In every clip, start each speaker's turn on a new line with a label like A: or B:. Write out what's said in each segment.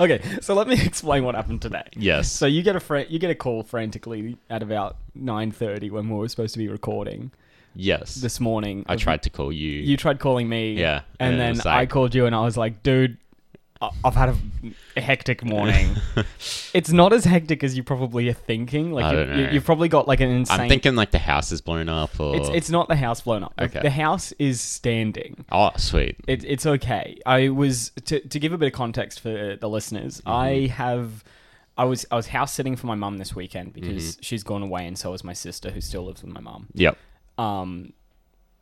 A: Okay, so let me explain what happened today.
B: Yes.
A: So you get a fra- you get a call frantically at about nine thirty when we were supposed to be recording
B: Yes.
A: this morning.
B: I tried to call you.
A: You tried calling me.
B: Yeah,
A: And,
B: and it
A: then
B: was
A: I
B: like-
A: called you and I was like, dude, I- I've had a, a hectic morning. it's not as hectic as you probably are thinking. Like
B: I
A: you,
B: don't
A: you,
B: know.
A: you've probably got like an insane.
B: I'm thinking like the house is blown up or.
A: it's it's not the house blown up. The-
B: Okay.
A: The house is standing.
B: oh, sweet.
A: It, it's okay. I was to, to give a bit of context for the listeners. I have, I was I was house sitting for my mum this weekend because she's gone away, and so is my sister who still lives with my mum.
B: Yep.
A: Um,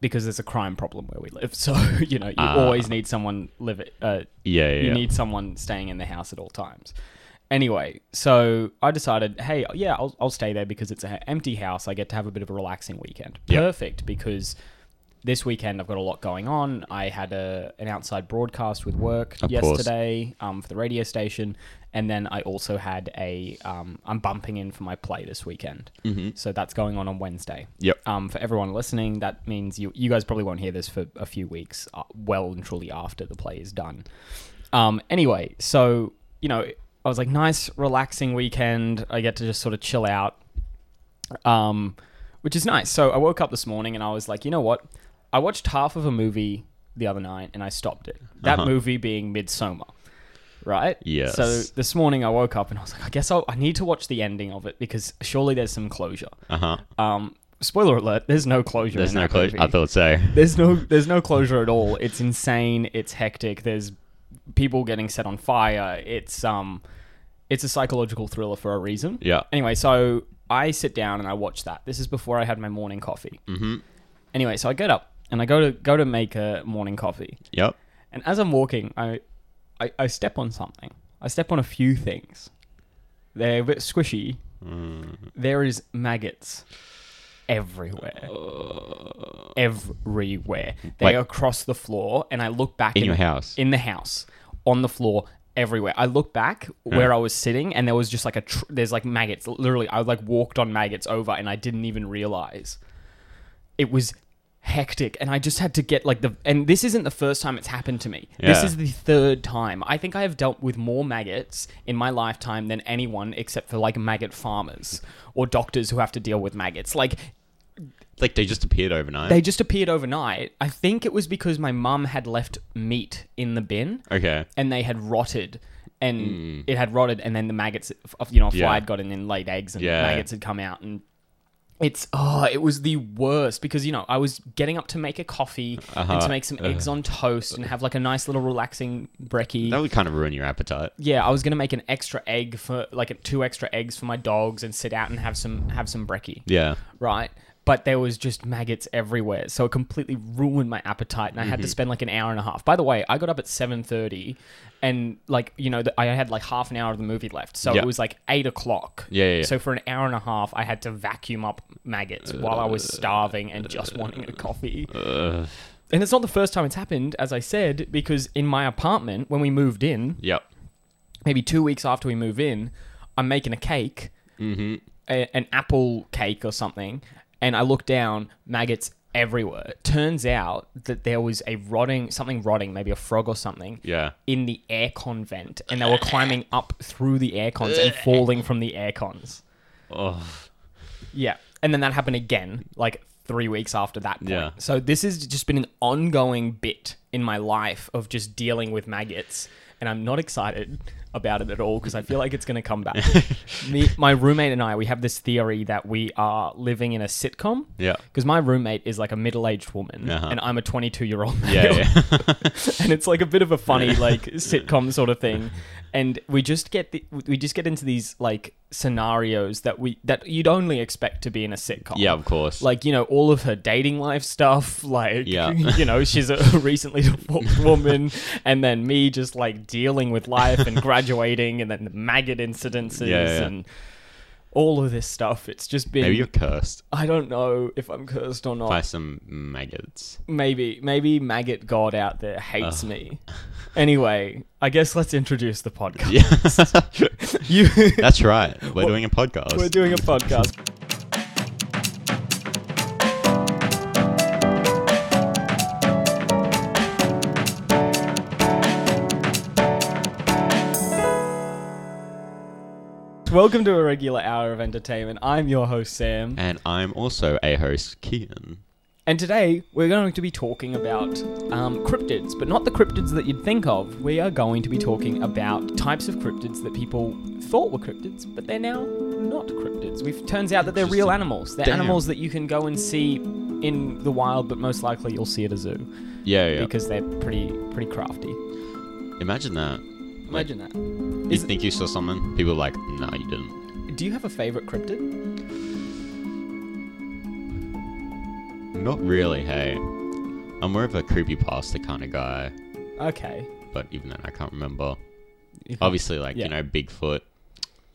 A: because there's a crime problem where we live, so you know you
B: Ah.
A: always need someone live uh,
B: Yeah, yeah.
A: you
B: yeah.
A: need someone staying in the house at all times. Anyway, so I decided, hey, yeah, I'll, I'll stay there because it's an empty house. I get to have a bit of a relaxing weekend.
B: Yep.
A: Perfect because this weekend I've got a lot going on. I had a an outside broadcast with work
B: Of course.
A: yesterday um, for the radio station, and then I also had a um, I'm bumping in for my play this weekend. Mm-hmm. So that's going on on Wednesday.
B: Yep.
A: Um, for everyone listening, that means you you guys probably won't hear this for a few weeks, uh, well and truly after the play is done. Um, anyway, so you know, I was like, nice, relaxing weekend. I get to just sort of chill out, um, which is nice. So I woke up this morning and I was like, you know what? I watched half of a movie the other night and I stopped it. That movie being Midsummer. Right?
B: Yes.
A: So this morning I woke up and I was like, I guess I'll, I need to watch the ending of it because surely there's some closure.
B: Uh huh.
A: Um, spoiler alert: there's no closure.
B: There's
A: in
B: no
A: that
B: clue.
A: movie.
B: I thought so.
A: there's no there's no closure at all. It's insane. It's hectic. There's people getting set on fire. It's um, it's a psychological thriller for a reason.
B: Yeah.
A: Anyway, so I sit down and I watch that. This is before I had my morning coffee. Mm-hmm. Anyway, so I get up and I go to go to make a morning coffee.
B: Yep.
A: And as I'm walking, I, I, I step on something. I step on a few things. They're a bit squishy.
B: Mm.
A: There is maggots everywhere.
B: Uh.
A: Everywhere. They
B: Wait.
A: are across the floor, and I look back
B: In your house?
A: In the house, on the floor, everywhere. I look back where I was sitting, and there was just like a tr- there's like maggots. Literally, I like walked on maggots over, and I didn't even realize it was hectic and i just had to get like the and this isn't the first time it's happened to me this
B: Yeah.
A: is the third time i think i have dealt with more maggots in my lifetime than anyone except for like maggot farmers or doctors who have to deal with maggots like
B: Like they just appeared overnight.
A: they just appeared overnight i think it was because my mum had left meat in the bin
B: okay.
A: and they had rotted and it had rotted and then the maggots f- you know a fly
B: Hmm. Yeah.
A: had gotten in laid eggs and
B: Yeah.
A: maggots had come out and it's oh it was the worst because you know i was getting up to make a coffee and
B: Uh-huh.
A: to make some eggs on toast and have like a nice little relaxing brekkie
B: That would kind of ruin your appetite.
A: yeah i was gonna make an extra egg for like two extra eggs for my dogs and sit out and have some have some brekkie
B: Yeah.
A: right? But there was just maggots everywhere, so it completely ruined my appetite, and I
B: Mm-hmm.
A: had to spend like an hour and a half. By the way, I got up at seven thirty, and like you know, the, I had like half an hour of the movie left, so
B: Yeah.
A: it was like eight o'clock.
B: Yeah, yeah, yeah.
A: So for an hour and a half, I had to vacuum up maggots while I was starving and just wanting a coffee. and it's not the first time it's happened, as I said, because in my apartment when we moved in,
B: Yep.
A: maybe two weeks after we move in, I'm making a cake, a- an apple cake or something, and I look down, maggots everywhere. Turns out that there was a rotting, something rotting, maybe a frog or something,
B: Yeah.
A: in the aircon vent, and they were climbing up through the aircons and falling from the aircons.
B: Oh.
A: Yeah. And then that happened again, like three weeks after that point.
B: Yeah.
A: So this has just been an ongoing bit in my life of just dealing with maggots. And I'm not excited about it at all because I feel like it's going to come back. Me, my roommate and I, we have this theory that we are living in a sitcom.
B: Yeah.
A: Because my roommate is like a middle aged woman
B: Uh-huh.
A: and I'm a 22 year old male
B: Yeah. yeah.
A: and it's like a bit of a funny like sitcom sort of thing and we just get the, we just get into these like scenarios that we that you'd only expect to be in a sitcom
B: yeah. Of course.
A: like you know all of her dating life stuff like
B: Yeah.
A: you know she's a recently divorced woman and then me just like dealing with life and graduating and then the maggot incidences
B: Yeah, yeah, yeah.
A: and all of this stuff it's just been
B: Maybe you're cursed
A: i don't know if i'm cursed or not
B: by some maggots.
A: maybe maybe maggot god out there hates me anyway i guess let's introduce the podcast
B: Yeah.
A: you
B: That's right. We're doing a podcast.
A: we're doing a podcast welcome to a regular hour of entertainment. I'm your host, Sam.
B: And I'm also a host, Kian.
A: And today we're going to be talking about um, cryptids, but not the cryptids that you'd think of. We are going to be talking about types of cryptids that people thought were cryptids, but they're now not cryptids. We've turns out that they're real
B: Interesting.
A: animals. They're
B: Damn.
A: animals that you can go and see in the wild, but most likely you'll see at a zoo
B: Yeah, yeah.
A: because they're pretty pretty crafty.
B: Imagine that. Like,
A: Imagine that.
B: you
A: Is it-
B: think you saw someone? People are like, no, you didn't.
A: do you have a favorite cryptid?
B: Not really, hey. I'm more of a creepypasta kind of guy,
A: Okay.
B: but even then, I can't remember.
A: You can-
B: Obviously, like,
A: Yeah.
B: you know, Bigfoot,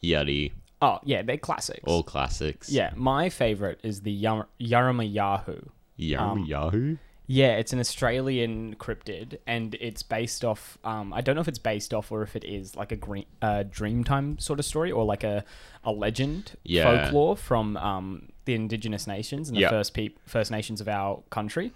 B: Yeti,
A: Oh yeah, they're classics.
B: all classics.
A: yeah, my favorite is the Yar- Yarama Yahoo.
B: Yum,
A: Um,
B: Yahoo?
A: Yeah, it's an Australian cryptid, and it's based off. Um, I don't know if it's based off or if it is like a green, uh, Dreamtime sort of story or like a, a legend
B: Yeah.
A: folklore from um, the Indigenous nations and the
B: Yeah.
A: first peop First Nations of our country.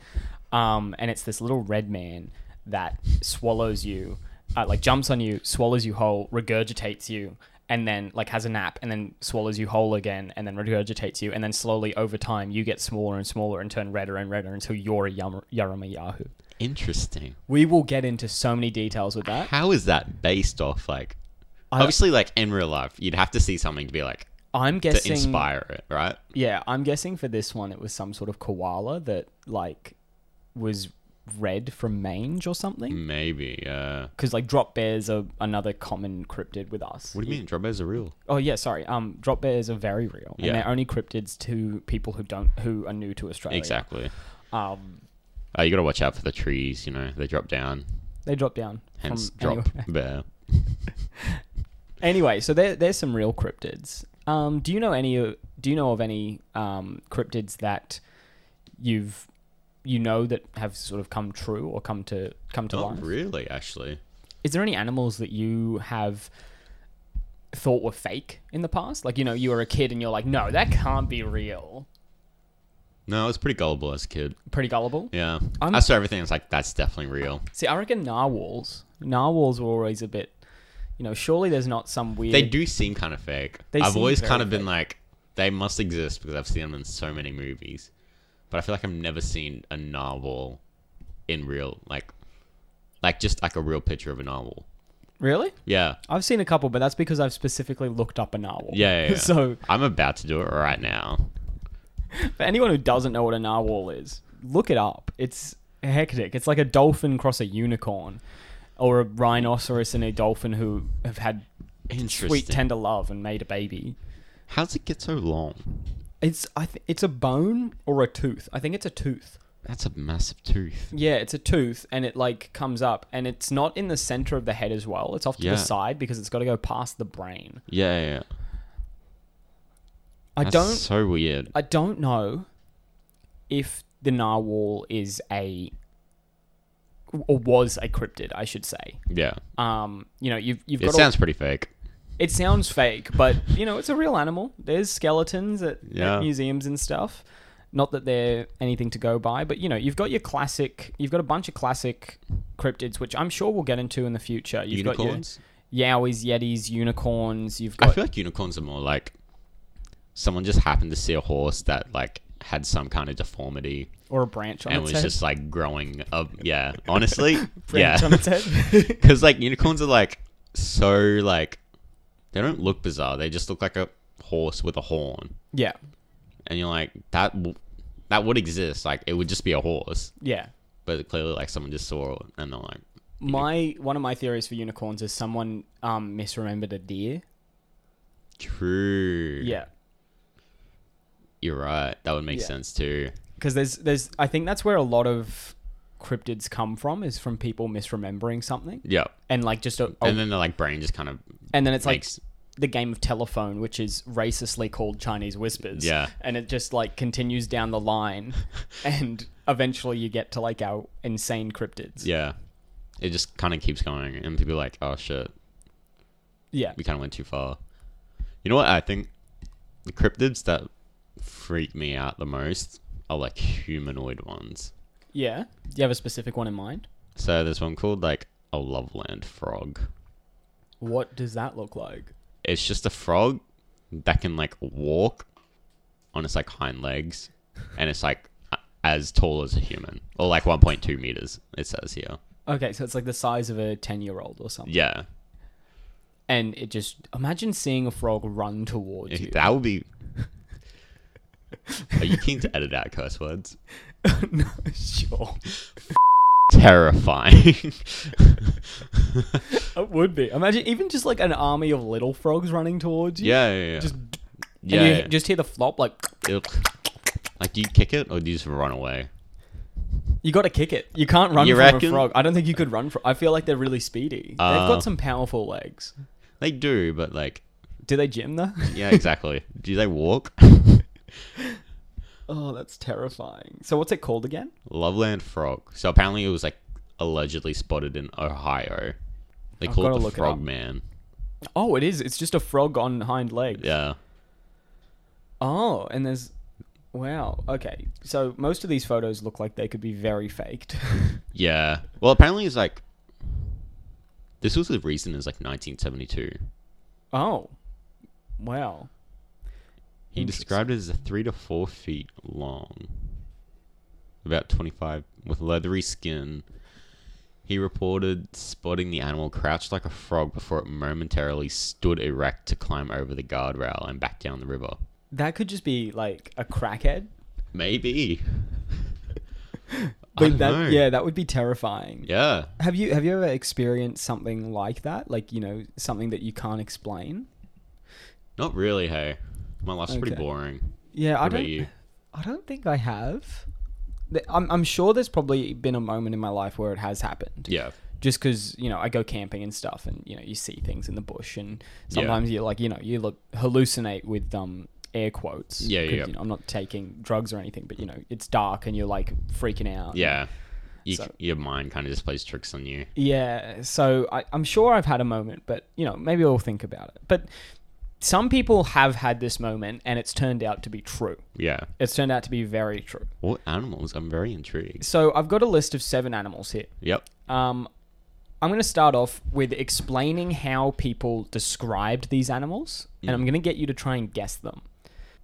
A: Um, and it's this little red man that swallows you, uh, like jumps on you, swallows you whole, regurgitates you. And then, like, has a nap, and then swallows you whole again, and then regurgitates you, and then slowly over time, you get smaller and smaller and turn redder and redder until you're a Yum- Yarama Yahoo.
B: Interesting.
A: We will get into so many details with that.
B: How is that based off, like,
A: I-
B: obviously, like, in real life, you'd have to see something to be like,
A: I'm
B: to
A: guessing.
B: inspire it, right?
A: Yeah, I'm guessing for this one it was some sort of koala that like was red from mange or
B: Mm.
A: something.
B: Maybe, uh.
A: Because like drop bears are another common cryptid with us.
B: What do you mean? Dropbeds are real.
A: Oh yeah, sorry. Um, drop bears are very real,
B: Yeah.
A: and they're only cryptids to people who don't who are new to Australia.
B: Exactly.
A: Um,
B: Uh, you got to watch out for the trees, you know, they drop down,
A: they drop down. from
B: hence drop
A: anywhere.
B: bear.
A: Anyway, so there, there's some real cryptids. Um, do you know any? uh, Do you know of any um, cryptids that you've you know that have sort of come true or come to come to life?
B: Not really, actually.
A: Is there any animals that you have thought were fake in the past? Like you know, you were a kid and you're like, no, that can't be real.
B: No, I was pretty gullible as a kid.
A: Pretty gullible.
B: Yeah.
A: I'm-
B: i saw everything. I was like, that's definitely real.
A: See, I reckon narwhals. Narwhals were always a bit. You know, surely there's not some weird.
B: They do seem kind of fake.
A: They
B: I've
A: seem
B: always
A: very
B: kind of been like, they must exist because I've seen them in so many movies. But I feel like I've never seen a narwhal in real, like, like just like a real picture of a narwhal.
A: Really?
B: Yeah.
A: I've seen a couple, but that's because I've specifically looked up a narwhal.
B: Yeah. yeah, yeah.
A: so
B: I'm about to do it right now.
A: For anyone who doesn't know what a narwhal is, look it up. It's hectic. It's like a dolphin cross a unicorn, or a rhinoceros and a dolphin who have had
B: Interesting.
A: sweet tender love and made a baby.
B: How's it get so long?
A: It's I th- it's a bone or a tooth. I think it's a tooth.
B: That's a massive tooth.
A: Yeah, it's a tooth, and it like comes up, and it's not in the center of the head as well. It's off to
B: Yeah.
A: the side because it's got to go past the brain.
B: Yeah, yeah. yeah.
A: I
B: That's
A: don't
B: So weird.
A: I don't know if the narwhal is a or was a cryptid, I should say.
B: Yeah.
A: Um, you know, you've you've
B: It
A: got
B: sounds pretty fake.
A: all, it sounds fake, but you know, it's a real animal. There's skeletons at, at
B: Yeah.
A: museums and stuff. Not that they're anything to go by, but you know, you've got your classic, you've got a bunch of classic cryptids, which I'm sure we'll get into in the future. You've
B: Unicorns.
A: got your yowies, yetis, unicorns. You've
B: I
A: got
B: feel like unicorns are more like someone just happened to see a horse that like had some kind of deformity
A: or a branch on
B: and
A: its head.
B: was just like growing up. Yeah, honestly,
A: branch on
B: yeah.
A: its head.
B: Because like unicorns are like so like they don't look bizarre. They just look like a horse with a horn,
A: yeah,
B: and you're like that. W- that would exist. Like it would just be a horse,
A: yeah.
B: but clearly like someone just saw it and they're like,
A: My one of my theories for unicorns is someone um, misremembered a deer.
B: true.
A: Yeah,
B: You're right. That would make
A: Yeah.
B: sense too.
A: because there's there's I think that's where a lot of cryptids come from is from people misremembering something
B: Yeah.
A: and like just a,
B: And then the like brain just kind of
A: and then Oh. it's like
B: makes
A: the game of telephone, which is racistly called Chinese whispers.
B: Yeah.
A: and it just like continues down the line, and eventually you get to like our insane cryptids.
B: yeah. It just kind of keeps going, and people are like, oh shit,
A: yeah,
B: we kind of went too far. You know what? I think the cryptids that freak me out the most are like humanoid ones.
A: yeah. Do you have a specific one in mind?
B: So there's one called like a Loveland frog.
A: What does that look like?
B: It's just a frog that can like walk on its like hind legs, and it's like a- as tall as a human, or like 1.2 meters. It says here.
A: Okay, so it's like the size of a 10 year old or something.
B: Yeah,
A: And it just, imagine seeing a frog run towards you.
B: that would be. Are you keen to edit out curse words?
A: no, sure.
B: Terrifying.
A: It would be. Imagine even just like an army of little frogs running towards you.
B: yeah, yeah, yeah.
A: Just,
B: yeah,
A: and you
B: yeah.
A: just hear the flop. Like,
B: It'll- Like, do you kick it or do you just run away?
A: you got to kick it. You can't run
B: You
A: from a
B: reckon?
A: frog. I don't think you could run from. I feel like they're really speedy. They've
B: Uh.
A: got some powerful legs.
B: They do, but like,
A: Do they gym though?
B: yeah, exactly. do they walk?
A: Oh, that's terrifying. So what's it called again?
B: Loveland frog. So apparently, it was like allegedly spotted in Ohio. They
A: I've
B: call
A: gotta
B: it the
A: look it
B: frog
A: up.
B: man.
A: Oh, it is. It's just a frog on hind legs.
B: Yeah,
A: Oh, and there's. Wow. Okay. So most of these photos look like they could be very faked.
B: yeah. Well, apparently, it's like this was the reason is like 1972.
A: oh. Wow.
B: He described it as a three to four feet long, about 25, with leathery skin. He reported spotting the animal crouched like a frog before it momentarily stood erect to climb over the guardrail and back down the river.
A: That could just be like a crackhead.
B: Maybe.
A: But
B: don't
A: that
B: know.
A: yeah, that would be terrifying.
B: Yeah.
A: Have you have you ever experienced something like that? Like, you know, something that you can't explain?
B: Not really, hey. My life's pretty
A: Okay.
B: boring.
A: Yeah,
B: What
A: I
B: about
A: don't
B: you?
A: I don't think I have. Th- I'm I'm sure there's probably been a moment in my life where it has happened.
B: Yeah.
A: just because you know I go camping and stuff, and you know you see things in the bush, and sometimes you like you know you look hallucinate with um air quotes.
B: Yeah, yeah,
A: 'cause,
B: yeah.
A: You know, I'm not taking drugs or anything, but you know it's dark and you're like freaking out.
B: Yeah. You,
A: So-
B: Your mind kind of just plays tricks on you.
A: Yeah, so I, I'm sure I've had a moment, but you know maybe I'll think about it. But some people have had this moment, and it's turned out to be true.
B: Yeah.
A: It's turned out to be very true.
B: What animals? I'm very intrigued.
A: So I've got a list of seven animals here.
B: Yep.
A: Um, I'm going to start off with explaining how people described these animals, and I'm going to get you to try and guess them.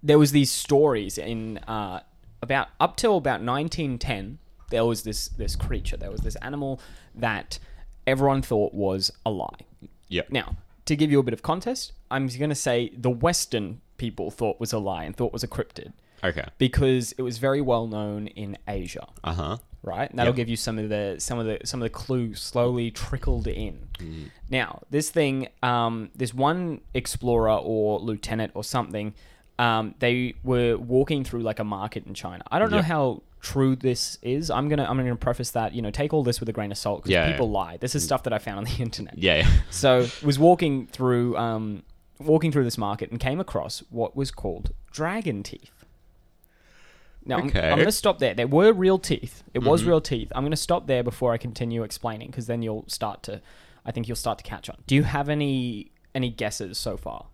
A: There was these stories in uh, about up till about 1910. There was this this creature. There was this animal that everyone thought was a lie.
B: Yep.
A: Now, to give you a bit of context, I'm going to say the Western people thought was a lie and thought was a cryptid
B: Okay.
A: because it was very well known in Asia
B: Uh huh.
A: right? And that'll
B: Yep.
A: give you some of the some of the some of the clues slowly trickled in.
B: Mm.
A: Now, this thing, um, this one explorer or lieutenant or something, um, they were walking through like a market in China. I don't know
B: Yep.
A: how true this is. I'm gonna I'm gonna preface that you know take all this with a grain of salt because
B: Yeah, Mm.
A: people lie. This is stuff that I found on the internet.
B: Yeah. yeah.
A: So was walking through um, walking through this market and came across what was called dragon teeth. Now I'm-
B: Okay. Mm-hmm.
A: I'm, going to stop there. There were real teeth. It was real teeth. I'm going to stop there before I continue explaining because then you'll start to, I think you'll start to catch on. Do you have any any guesses so far?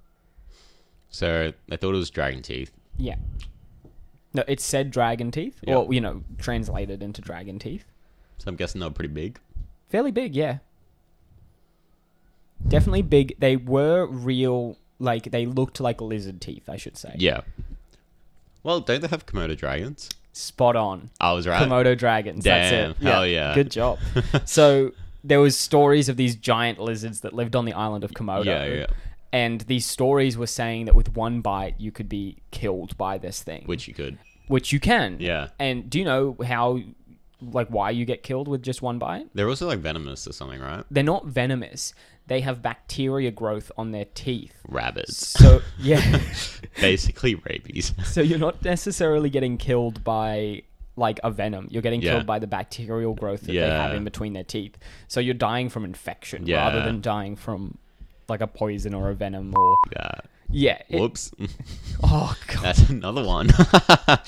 B: So I thought it was dragon teeth.
A: Yeah. No, it said dragon teeth,
B: Yeah.
A: or you know, translated into dragon teeth.
B: So I'm guessing they were pretty big.
A: Fairly big, yeah. Definitely big. They were real, like they looked like lizard teeth, I should say.
B: Yeah. Well, don't they have Komodo dragons?
A: Spot on.
B: I was right.
A: Komodo dragons.
B: Uh, Damn,
A: that's it.
B: hell yeah.
A: Good job. so there was stories of these giant lizards that lived on the island of Komodo.
B: Yeah, yeah.
A: And these stories were saying that with one bite you could be killed by this thing,
B: Which you could.
A: which you can.
B: Yeah.
A: And do you know how, like, why you get killed with just one bite?
B: They're also like venomous or something, right?
A: They're not venomous. They have bacteria growth on their teeth.
B: Rabbits.
A: So yeah,
B: Basically rabies.
A: so you're not necessarily getting killed by like a venom. You're getting
B: Yeah.
A: killed by the bacterial growth that they have
B: Yeah.
A: in between their teeth. So you're dying from infection rather
B: Yeah.
A: than dying from like a poison or a venom or
B: Yeah.
A: yeah. it-
B: Whoops.
A: oh god.
B: That's another one.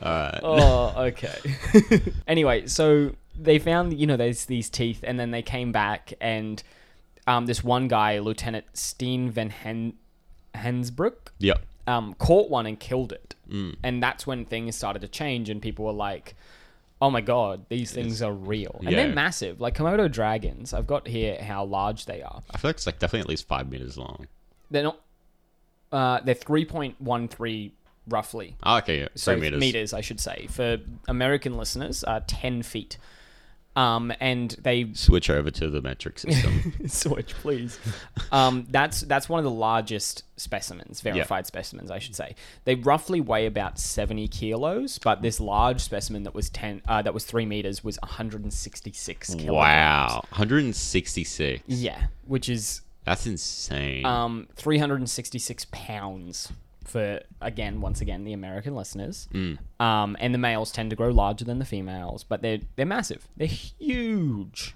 B: Uh,
A: Oh okay. anyway, so they found you know there's these teeth, and then they came back and um, this one guy, Lieutenant Steen van Hen- Hensbrook,
B: yep.
A: um, caught one and killed it.
B: Mm.
A: And that's when things started to change, and people were like, oh my god, these things are real. And
B: Yeah.
A: they're massive. Like Komodo dragons, I've got here how large they are.
B: I feel like it's like definitely at least five meters long.
A: They're not. Uh, they're three point one three roughly.
B: Oh, okay, yeah.
A: So
B: three meters.
A: I should say, for American listeners, are ten feet. Um, and they
B: Switch over to the metric system.
A: switch, please. Um, that's that's one of the largest specimens, verified specimens, I should say. They roughly weigh about seventy kilos, but this large specimen that was ten, uh, that was three meters, was one hundred and sixty-six
B: Mm.
A: kilograms.
B: wow, 166.
A: Yeah, which is
B: That's insane.
A: um, 366 pounds for again once again the american listeners um, and the males tend to grow larger than the females but they're they're massive they're huge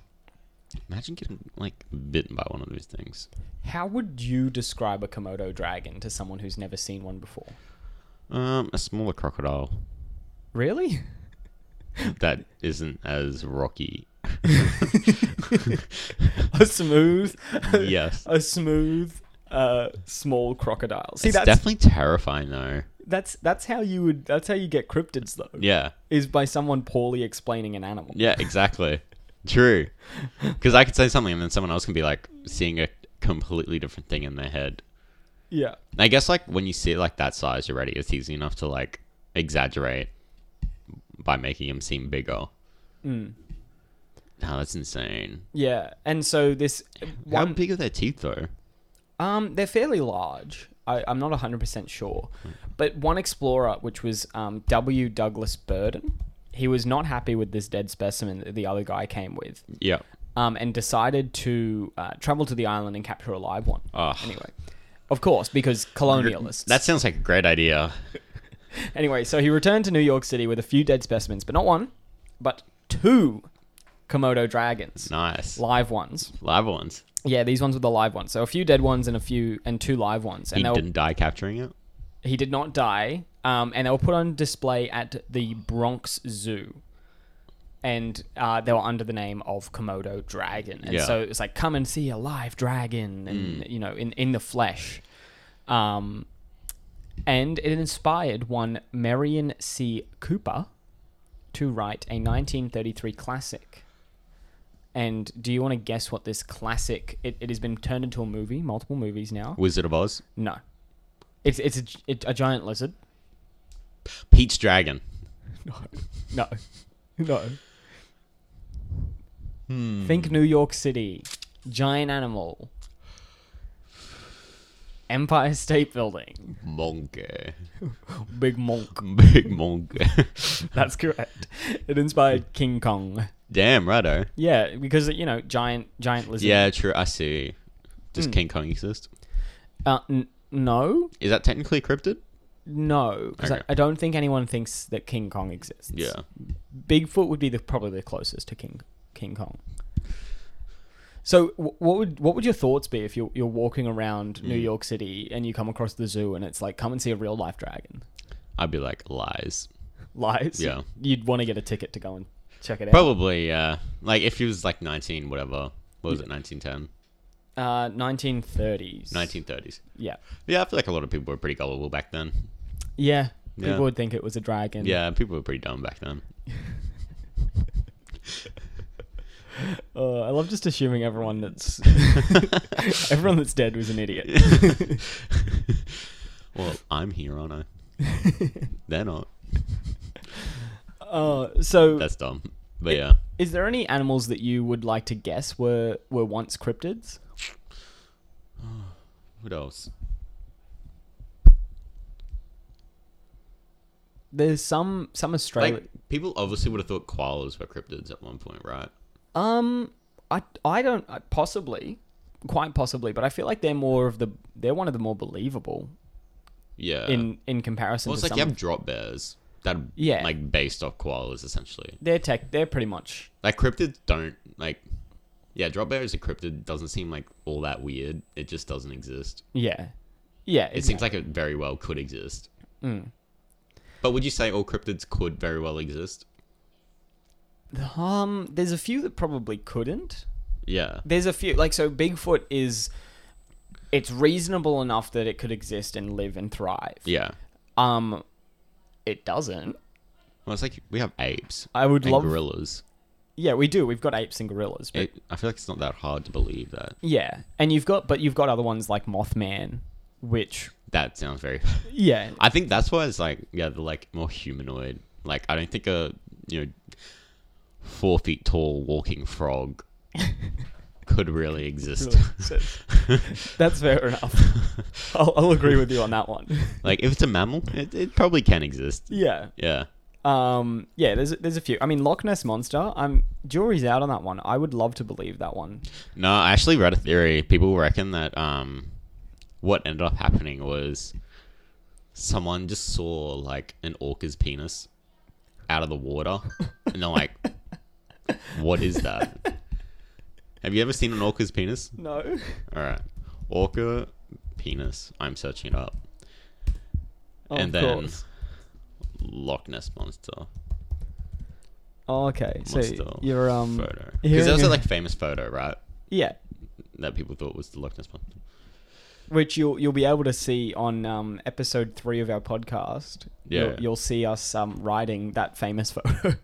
B: Imagine getting like bitten by one of those things.
A: how would you describe a komodo dragon to someone who's never seen one before
B: Um, a smaller crocodile
A: really
B: that isn't as rocky.
A: a smooth
B: Yes,
A: a smooth uh, small crocodile see
B: it's
A: that's
B: definitely terrifying though.
A: that's that's how you would that's how you get cryptids though
B: Yeah,
A: is by someone poorly explaining an animal
B: yeah, exactly. True, because I could say something and then someone else can be like seeing a completely different thing in their head.
A: yeah
B: I guess like when you see it like that size already, it's easy enough to like exaggerate by making him seem bigger.
A: Mm.
B: No, that's insane.
A: yeah and so this
B: How
A: one
B: big are their teeth though?
A: Um, they're fairly large. I, I'm not 100% sure.
B: Hmm.
A: But one explorer, which was um, W. Douglas Burden, he was not happy with this dead specimen that the other guy came with
B: Yeah.
A: um, and decided to uh, travel to the island and capture a live one.
B: Ugh.
A: Anyway. Of course, because colonialists.
B: That sounds like a great idea.
A: Anyway, so he returned to New York City with a few dead specimens, but not one, but two Komodo dragons.
B: Nice.
A: Live ones.
B: Live ones.
A: Yeah, these ones were the live ones. So a few dead ones and a few and two live ones. And
B: He
A: they were-
B: didn't die capturing it.
A: He did not die, um, and they were put on display at the Bronx Zoo. And uh, they were under the name of Komodo Dragon, and
B: Yeah.
A: so it's like come and see a live dragon, and you know, in in the flesh. Um, and it inspired one Marion C. Cooper to write a 1933 classic. And do you want to guess what this classic? It, it has been turned into a movie, multiple movies now.
B: Wizard of Oz.
A: No. It's it's a, gi- it, a giant lizard.
B: Pete's dragon.
A: No. No.
B: Hmm.
A: Think New York City. Giant animal. Empire State Building.
B: Monkey.
A: Big
B: Hmm.
A: monk.
B: Big monkey.
A: That's correct. It
B: Hmm.
A: inspired King Kong.
B: Damn, righto.
A: Yeah, because you know, giant giant lizard.
B: Yeah, true. I see. Does King Kong exist?
A: Uh, n- no,
B: Is that technically cryptid?
A: no, because
B: Okay.
A: I, I don't think anyone thinks that King Kong exists.
B: Yeah.
A: Bigfoot would be the probably the closest to King King Kong. So wh- what would what would your thoughts be if you're you're walking around New
B: Mm.
A: York City and you come across the zoo and it's like come and see a real life dragon?
B: I'd be like lies.
A: Lies.
B: Yeah.
A: You'd want to get a ticket to go and check it out.
B: Probably. Uh, like if he was like nineteen, whatever. What was it? 1910?
A: Uh, 1930s.
B: 1930s.
A: Yeah.
B: Yeah, I feel like a lot of people were pretty gullible back then.
A: Yeah. People
B: Yeah.
A: would think it was a dragon.
B: Yeah, people were pretty dumb back then.
A: Uh, I love just assuming everyone that's everyone that's dead was an idiot.
B: Well, I'm here, aren't I? They're not.
A: Uh, so
B: That's dumb. But yeah.
A: Is there any animals that you would like to guess were were once cryptids?
B: What else?
A: There's some some Australian.
B: Like people obviously would have thought koalas were cryptids at one point, right?
A: um, I I don't I, possibly, quite possibly, but I feel like they're more of the they're one of the more believable
B: Yeah.
A: in in comparison
B: well, it's
A: to
B: like
A: some.
B: you
A: of-
B: have drop bears that are
A: Yeah.
B: like based off koalas essentially.
A: They're tech. They're pretty much
B: Like cryptids don't like yeah, drop bear is a cryptid doesn't seem like all that weird. It just doesn't exist.
A: yeah, yeah.
B: It seems like it very well could exist.
A: Mm.
B: But would you say all cryptids could very well exist?
A: like um. There's a few that probably couldn't.
B: Yeah.
A: There's a few like so. Bigfoot is. It's reasonable enough that it could exist and live and thrive.
B: Yeah.
A: Um, it doesn't.
B: Well, it's like we have apes
A: I would
B: and
A: love.
B: gorillas.
A: Yeah, we do. We've got apes and gorillas. But
B: It, I feel like it's not that hard to believe that.
A: yeah, and you've got, but you've got other ones like Mothman, which
B: That sounds very.
A: Yeah.
B: I think that's why it's like yeah, the like more humanoid. Like I don't think a you know four feet tall walking frog could really exist.
A: Really exist. That's fair enough. I'll, I'll agree with you on that one.
B: like if it's a mammal, it, it probably can exist.
A: Yeah.
B: Yeah.
A: Um, yeah, there's there's a few. I mean, Loch Ness monster. I'm jury's out on that one. I would love to believe that one.
B: No, I actually read a theory. People reckon that um, what ended up happening was someone just saw like an orca's penis out of the water, and they're like, "What is that?" Have you ever seen an orca's penis?
A: No.
B: All right, orca penis. I'm searching it up,
A: Oh,
B: and
A: of
B: then
A: course.
B: Loch Ness monster.
A: Oh, okay. So
B: Monster
A: you're um.
B: photo
A: hearing
B: because there was
A: a-
B: a, like famous photo, right?
A: Yeah,
B: That people thought was the Loch Ness monster.
A: which you'll you'll be able to see on um episode three of our podcast.
B: Yeah.
A: You'll, you'll see us um riding that famous photo.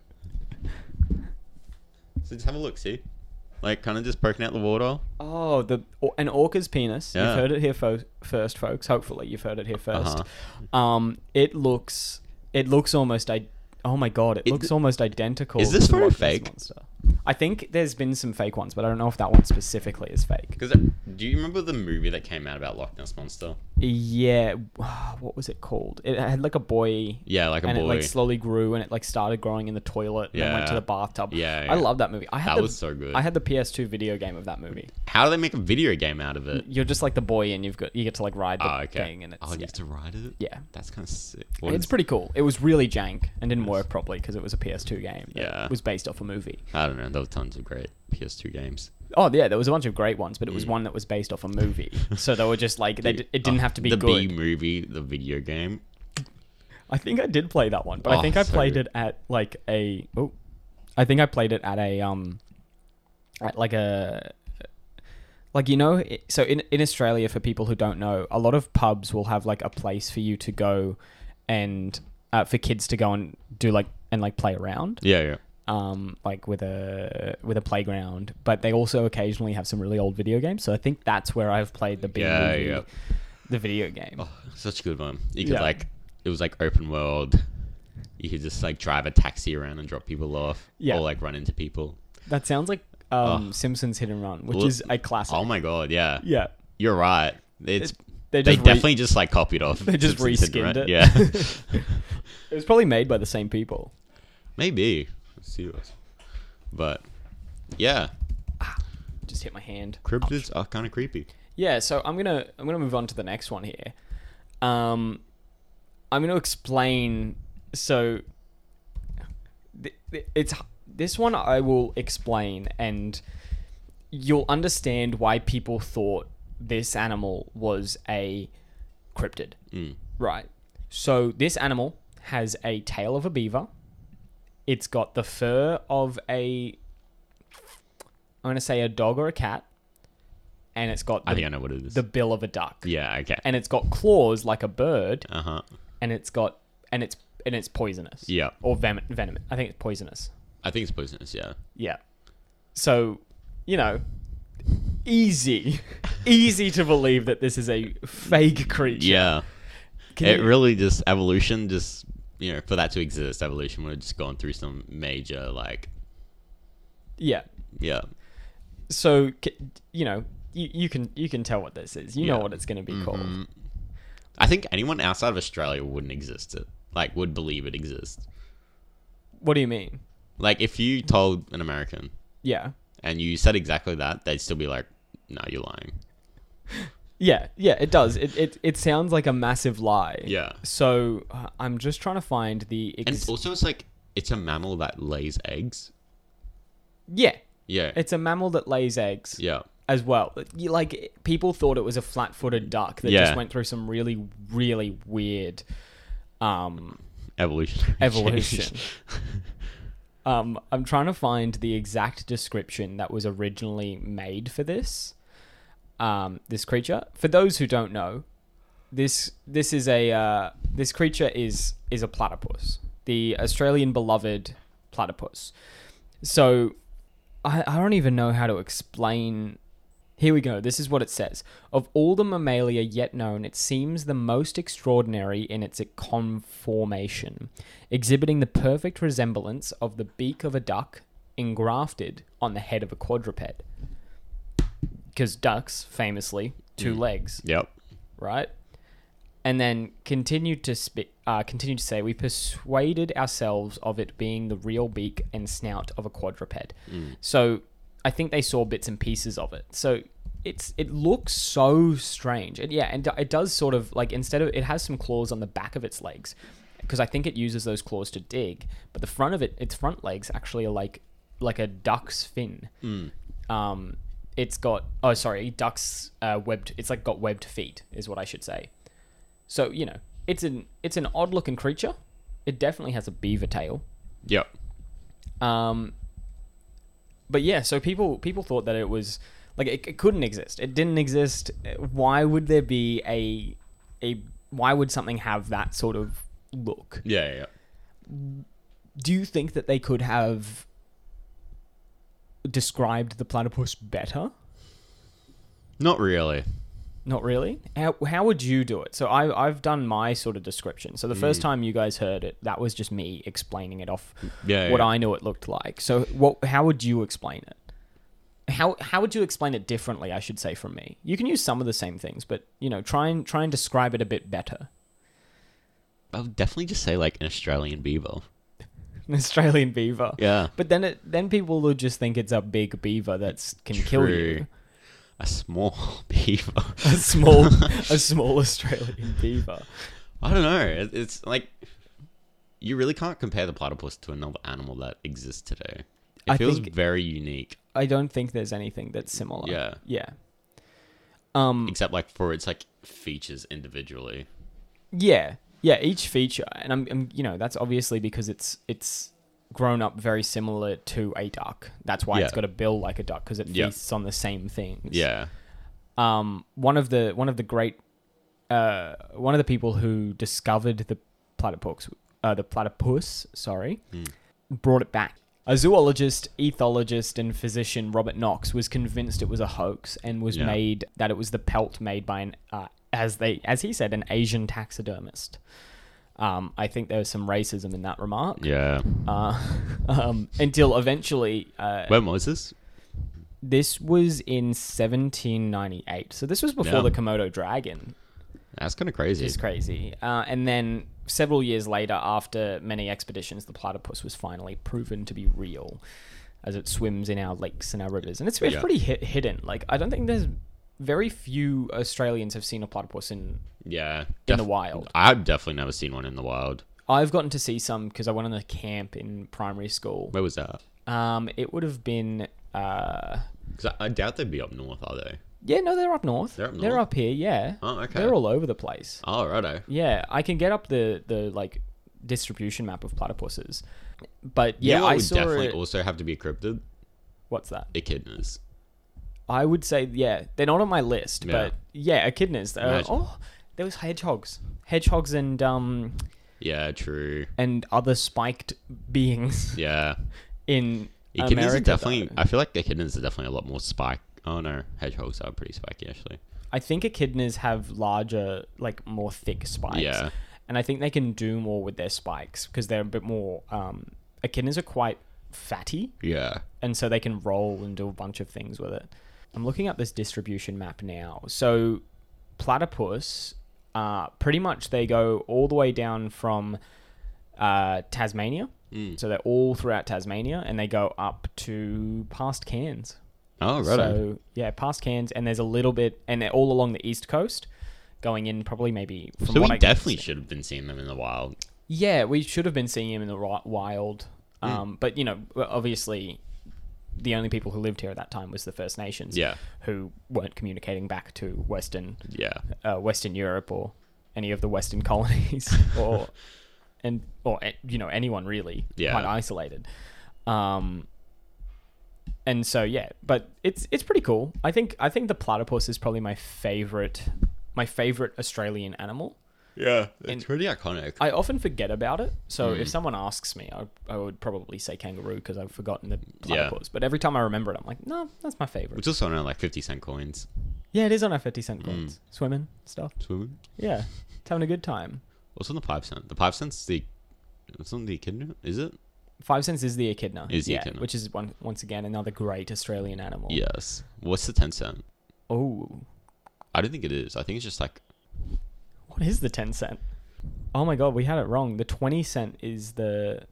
B: So just have a look, see? Like, kind of just poking out the water.
A: Oh, the or- an orca's penis.
B: Yeah.
A: You've heard it here fo- first, folks. Hopefully, you've heard it here 1st
B: Uh-huh.
A: Um, it looks, it looks almost. I oh my god, it,
B: It-
A: looks almost identical.
B: Is this
A: to the
B: photo
A: Loch Ness
B: fake?
A: Monster. I think there's been some fake ones, but I don't know if that one specifically is fake.
B: Because do you remember the movie that came out about Loch Ness monster?
A: Yeah, what was it called? It had like a boy.
B: Yeah, like a
A: and
B: boy.
A: it like slowly grew and it like started growing in the toilet and then went to
B: Yeah.
A: the bathtub.
B: Yeah,
A: I
B: yeah.
A: love that movie. I had
B: That
A: the,
B: was so good.
A: I had the PS2 video game of that movie.
B: How do they make a video game out of it?
A: You're just like the boy and you've got you get to like ride the
B: Oh, okay.
A: thing and it's
B: oh, you
A: yeah.
B: get to ride it.
A: Yeah.
B: that's kind of sick. What
A: It's
B: is-
A: pretty cool. It was really jank and didn't work properly because it was a PS2 game. that
B: Yeah.
A: was based off a movie.
B: I don't know. There were tons of great PS2 games.
A: Oh yeah, there was a bunch of great ones, but it was
B: Mm.
A: one that was based off a movie. So they were just like they, d- it didn't
B: Oh,
A: have to be
B: the
A: good.
B: B movie, the video game.
A: I think I did play that one, but I
B: Oh,
A: think I
B: so
A: played
B: good.
A: it at like a oh, I think I played it at a um, at like a like you know i- so in in Australia for people who don't know, a lot of pubs will have like a place for you to go and uh, for kids to go and do like and like play around
B: Yeah, yeah.
A: um like with a with a playground but they also occasionally have some really old video games so i think that's where i've played the big
B: Yeah,
A: movie,
B: yeah.
A: the video game
B: Oh, such a good one. You could
A: Yeah.
B: like, it was like open world. You could just like drive a taxi around and drop people off.
A: Yeah.
B: Or like run into people.
A: That sounds like
B: Oh.
A: um, Simpsons Hit and Run, which
B: Look-
A: is a classic.
B: Oh my god, yeah.
A: yeah,
B: You're right. It's
A: they
B: they,
A: just re-
B: definitely just like copied off.
A: They just
B: Simpsons did,
A: reskinned
B: right?
A: it.
B: Yeah,
A: it was probably made by the same people.
B: maybe. Let's see what. But yeah,
A: Just hit my hand.
B: cryptids are kind of creepy.
A: Yeah, so I'm gonna I'm gonna move on to the next one here. Um, I'm gonna explain. So, th- th- it's this one I will explain, and you'll understand why people thought this animal was a cryptid.
B: Mm.
A: Right. So this animal has a tail of a beaver. It's got the fur of a I'm going to say a dog or a cat and it's got
B: I think I
A: the,
B: know what it is.
A: the bill of a duck.
B: yeah. Okay.
A: And it's got claws like a bird
B: Uh huh.
A: and it's got and it's and it's poisonous.
B: Yeah.
A: Or venom venom. I think it's poisonous.
B: I think it's poisonous. Yeah.
A: Yeah. So, you know, easy easy to believe that this is a fake creature.
B: Yeah.
A: Can
B: it
A: you-
B: really just evolution just you know for that to exist evolution would have just gone through some major like
A: yeah.
B: yeah
A: so c- you know you, you can you can tell what this is you know
B: Yeah.
A: what it's going to be called
B: Mhm. I think anyone outside of Australia wouldn't exist it like would believe it exists
A: what do you mean
B: like if you told an American
A: yeah
B: and you said exactly that, they'd still be like, "No, you're lying."
A: yeah yeah it does it it, it sounds like a massive lie
B: Yeah,
A: so uh, i'm just trying to find the
B: and
A: ex-
B: it's also it's like it's a mammal that lays eggs.
A: yeah
B: Yeah,
A: it's a mammal that lays eggs
B: yeah,
A: as well You- like people thought it was a flat-footed duck that
B: Yeah.
A: just went through some really really weird um
B: evolution.
A: evolution. um, I'm trying to find the exact description that was originally made for this um, this creature. For those who don't know, this this is a uh, this creature is is a platypus, the Australian beloved platypus. So I, I don't even know how to explain Here we go. This is what it says. Of all the mammalia yet known, it seems the most extraordinary in its conformation, exhibiting the perfect resemblance of the beak of a duck engrafted on the head of a quadruped. Because ducks, famously, two legs,
B: Yep.
A: right? And then continued to spe- uh, continued to say, we persuaded ourselves of it being the real beak and snout of a quadruped. So I think they saw bits and pieces of it. So it's it looks so strange, and yeah, and d- it does sort of like instead of it has some claws on the back of its legs because I think it uses those claws to dig, but the front of it, its front legs actually are like like a duck's fin. Um, it's got oh sorry, ducks uh, webbed. It's like got webbed feet is what I should say. So you know, it's an it's an odd looking creature. It definitely has a beaver tail.
B: Yep.
A: Um, but yeah, so people people thought that it was like it, it couldn't exist. It didn't exist. Why would there be a a why would something have that sort of look?
B: Yeah. Yeah. yeah.
A: Do you think that they could have described the platypus better?
B: Not really.
A: Not really. How, how would you do it? So I, I've done my sort of description. So the
B: Mm.
A: first time you guys heard it, that was just me explaining it off
B: Yeah.
A: what
B: yeah.
A: I knew it looked like. So what? How would you explain it? How how would you explain it differently? I should say from me. You can use some of the same things, but you know, try and try and describe it a bit better.
B: I would definitely just say like an Australian beaver.
A: An Australian beaver.
B: Yeah.
A: But then it then people will just think it's a big beaver that's can kill you.
B: True. A small beaver.
A: A small a small Australian beaver.
B: I don't know. It- It's like you really can't compare the platypus to another animal that exists today. It
A: I
B: feels
A: think-
B: very unique,
A: I don't think there's anything that's similar.
B: Yeah.
A: Yeah. Um
B: except like for its like features individually.
A: Yeah, yeah. Each feature, and I'm, I'm, you know, that's obviously because it's it's grown up very similar to a duck. That's why it's
B: Yeah.
A: got a bill like a duck because it
B: Yeah.
A: feasts on the same things.
B: Yeah.
A: Um. One of the one of the great, uh, one of the people who discovered the platypus, uh, the platypus, sorry,
B: Hmm.
A: brought it back. A zoologist, ethologist, and physician Robert Knox was convinced it was a hoax and was
B: Yeah.
A: made that it was the pelt made by an, uh, as they as he said, an Asian taxidermist. Um, I think there was some racism in that remark.
B: Yeah.
A: Uh, um, until eventually, uh,
B: When was this?
A: this was in 1798. So this was before
B: Yeah.
A: the Komodo dragon
B: That's kind of crazy.
A: it's crazy. Uh, and then several years later, after many expeditions, the platypus was finally proven to be real as it swims in our lakes and our rivers. And it's, it's
B: Yeah.
A: pretty hi- hidden. Like, I don't think there's very few Australians have seen a platypus in.
B: Yeah.
A: In the wild.
B: I've definitely never seen one in the wild.
A: I've gotten to see some because I went on a camp in primary school.
B: Where was that?
A: Um, it would have been. Uh,
B: Because I, I doubt they'd be up north, are they?
A: yeah, no, they're up north.
B: They're up
A: They're
B: north?
A: up here, yeah.
B: Oh, okay.
A: They're all over the place.
B: Oh, righto.
A: Yeah, I can get up the the like distribution map of platypuses, but yeah,
B: you know what
A: I
B: would
A: saw
B: definitely
A: it-
B: also have to be cryptid
A: what's that?
B: echidnas.
A: I would say yeah, they're not on my list,
B: Yeah.
A: but yeah, echidnas. Uh,
B: Imagine.
A: oh, there was hedgehogs, hedgehogs and um
B: Yeah, true.
A: and other spiked beings
B: Yeah,
A: in
B: echidnas
A: America.
B: are definitely.
A: though.
B: I feel like echidnas are definitely a lot more spike. Oh no, hedgehogs are pretty spiky actually.
A: I think echidnas have larger, like more thick spikes.
B: Yeah.
A: And I think they can do more with their spikes because they're a bit more. Um, echidnas are quite fatty.
B: Yeah,
A: and so they can roll and do a bunch of things with it. I'm looking up this distribution map now. So platypus, uh, pretty much they go all the way down from uh, Tasmania.
B: Mm.
A: So they're all throughout Tasmania, and they go up to past Cairns.
B: Oh right.
A: So yeah, past Cairns, and there's a little bit, and they're all along the east coast, going in probably maybe. From
B: So,
A: what
B: we
A: I can
B: definitely
A: see-
B: should have been seeing them in the wild.
A: yeah, we should have been seeing him in the ri- wild.
B: Mm.
A: Um, But, you know, obviously, the only people who lived here at that time was the First Nations.
B: Yeah.
A: Who weren't communicating back to Western,
B: Yeah.
A: uh, Western Europe or any of the Western colonies or, and, or, eh, you know, anyone really.
B: Yeah.
A: Quite isolated. Um, and so, yeah, but it's, it's pretty cool. I think, I think the platypus is probably my favorite, my favorite Australian animal.
B: Yeah, it's
A: And-
B: pretty iconic.
A: I often forget about it. So
B: Hmm.
A: if someone asks me, I, I would probably say kangaroo because I've forgotten the
B: Yeah.
A: platypus. But every time I remember it, I'm like, no, that's my favorite.
B: It's also on our like fifty cent coins.
A: yeah, it is on our 50
B: Hmm.
A: cent coins. Swimming, stuff.
B: Swimming.
A: Yeah. It's having a good time.
B: What's on the five cent? The five cent's the. It's on the echidna, is it?
A: Five cents is the echidna.
B: Is the
A: yeah,
B: echidna.
A: Which is, one, once again, another great Australian animal.
B: Yes. What's the ten cent?
A: Oh,
B: I don't think it is. I think it's just like
A: what is the 10 cent? Oh my God, we had it wrong. The 20 cent is the.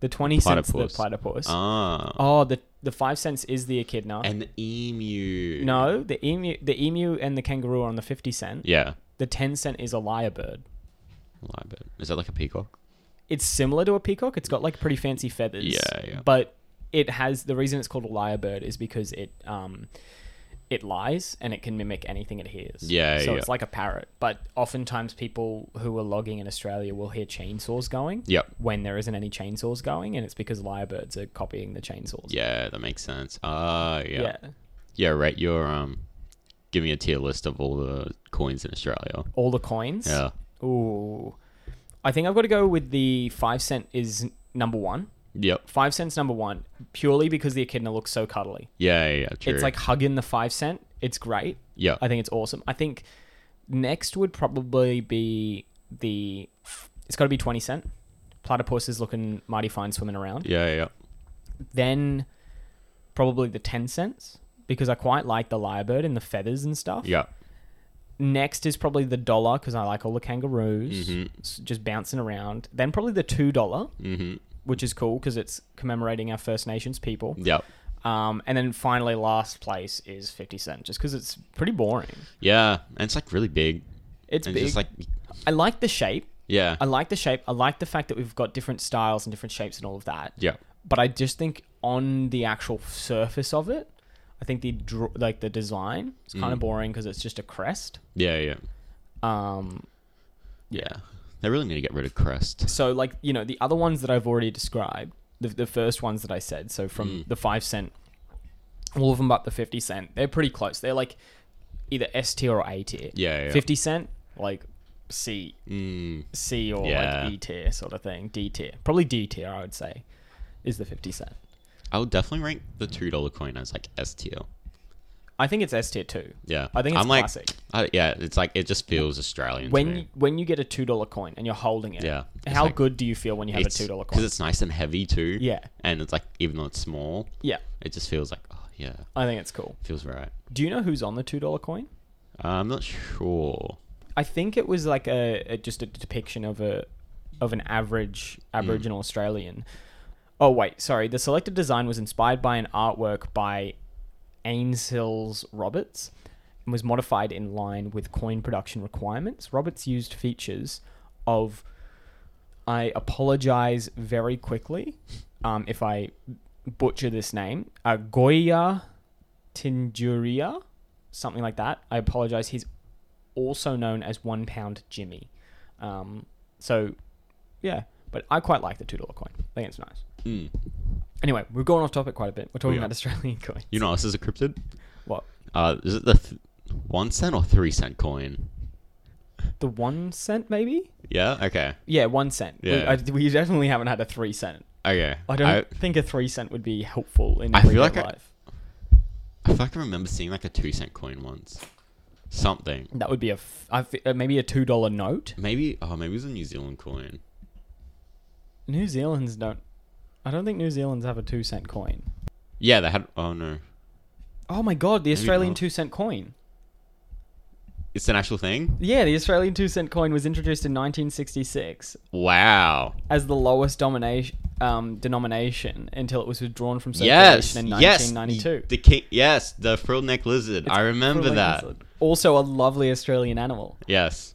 A: The 20 cents the
B: Platypus.
A: platypus.
B: ah,
A: oh, the, the 5 cents is the echidna.
B: an emu.
A: no, the emu, the emu and the kangaroo are on the 50 cent.
B: Yeah.
A: The 10 cent is a lyrebird.
B: Lyrebird. Is that like a peacock?
A: It's similar to a peacock. It's got like pretty fancy feathers.
B: Yeah, yeah.
A: But it has the reason it's called a lyrebird is because it um it lies and it can mimic anything it hears.
B: Yeah,
A: So
B: yeah.
A: it's like a parrot. But oftentimes people who are logging in Australia will hear chainsaws going.
B: Yep.
A: When there isn't any chainsaws going, and it's because lyrebirds are copying the chainsaws.
B: Yeah, that makes sense. Ah, yeah. yeah.
A: yeah.
B: right. You're um, give me a tier list of all the coins in Australia.
A: All the coins.
B: Yeah.
A: Ooh. I think I've got to go with the five cent is number one.
B: Yep.
A: Five cents number one, purely because the echidna looks so cuddly.
B: Yeah, yeah, yeah, true.
A: It's like hugging the five cent. It's great.
B: yeah,
A: I think it's awesome. I think next would probably be the. It's got to be twenty cent. Platypus is looking mighty fine swimming around.
B: yeah, yeah.
A: Then probably the ten cents because I quite like the lyrebird and the feathers and stuff.
B: Yeah.
A: Next is probably the dollar because I like all the kangaroos s- just bouncing around. Then probably the two dollar,
B: Mm-hmm.
A: which is cool because it's commemorating our First Nations people.
B: Yep.
A: Um, and then finally, last place is 50 Cent, just because it's pretty boring.
B: Yeah, and it's like really big.
A: It's
B: and
A: big.
B: just like
A: I like the shape.
B: yeah,
A: I like the shape. I like the fact that we've got different styles and different shapes and all of that.
B: yeah,
A: But I just think on the actual surface of it, I think the dr- like the design is kind
B: Mm.
A: of boring because it's just a crest.
B: yeah, yeah,
A: Um,
B: yeah. They really need to get rid of crest.
A: so like you know the other ones that I've already described, the, the first ones that I said, so from
B: Mm.
A: the five cent, all of them but the fifty cent, they're pretty close. They're like either S tier or A tier.
B: Yeah, yeah.
A: Fifty cent, like C
B: Mm,
A: C or
B: Yeah.
A: like E tier sort of thing. D tier, probably D tier, I would say, is the fifty cent.
B: I would definitely rank the two dollar coin as like S tier.
A: I think it's S tier too.
B: Yeah,
A: I think it's
B: I'm like,
A: classic.
B: I, yeah, it's like it just feels Australian.
A: When
B: to
A: you,
B: me.
A: when you get a two dollar coin and you're holding it,
B: Yeah. It's
A: how
B: like-
A: good do you feel when you have a two dollar
B: because
A: coin?
B: it's nice and heavy too.
A: Yeah.
B: and it's like even though it's small,
A: Yeah,
B: it just feels like oh yeah,
A: I think it's cool.
B: feels right.
A: Do you know who's on the two dollar coin?
B: Uh, I'm not sure.
A: I think it was like a, a just a depiction of a of an average Aboriginal Australian. Oh wait, sorry. The selected design was inspired by an artwork by Ainshills Roberts and was modified in line with coin production requirements. Roberts used features of I apologize very quickly um, if I butcher this name. Uh, Goya Tinjuria, something like that. I apologize. He's also known as One Pound Jimmy. Um, so, yeah, but I quite like the two dollar coin. I think it's nice.
B: Mm.
A: Anyway, we've gone off topic quite a bit. We're talking
B: We are.
A: about Australian coin.
B: You know, what else is a cryptid.
A: What
B: Uh, is it the th- one cent or three cent coin?
A: the one cent maybe?
B: Yeah. Okay.
A: Yeah, one cent. We,
B: Yeah.
A: I, we definitely haven't had a three cent.
B: Okay.
A: I don't think a three cent would be helpful in
B: I feel
A: everyday
B: like I-
A: life.
B: I feel like I remember seeing like a two cent coin once. Something.
A: that would be a f- I fe- uh, maybe a two dollar note.
B: Maybe. Oh, maybe it was a New Zealand coin.
A: New Zealand's don't. I don't think New Zealand's have a two cent coin.
B: Yeah, they had. Oh no,
A: Oh my god, the Australian
B: not.
A: two cent coin.
B: it's an actual thing.
A: Yeah, the Australian two cent coin was introduced in 1966
B: Wow.
A: as the lowest domination um, denomination until it was withdrawn from circulation
B: Yes.
A: in
B: Yes.
A: 1992.
B: The king. Yes, the frilled neck lizard. I remember
A: Probably
B: that.
A: considered- Also, a lovely Australian animal.
B: Yes.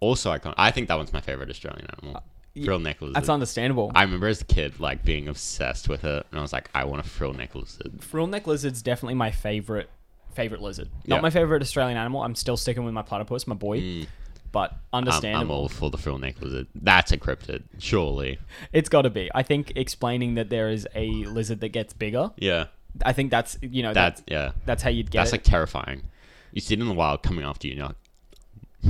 B: Also iconic. I think that one's my favorite Australian animal. frill neck lizard.
A: Uh, That's understandable.
B: I remember as a kid like being obsessed with it, and I was like, I want a frill neck lizard.
A: Frill neck lizard's definitely my favorite favorite lizard. Not
B: Yeah. Mm.
A: my favorite Australian animal. I'm still sticking with my platypus, my boy. But
B: I'm, I'm
A: understandable.
B: all for the frill neck lizard. That's a cryptid, surely.
A: it's got to be. I think explaining that there is a lizard that gets bigger.
B: Yeah.
A: I think that's you know that's
B: That's yeah.
A: that's how you'd get
B: That's
A: it.
B: like terrifying. You see it in the wild coming after you, and you're like,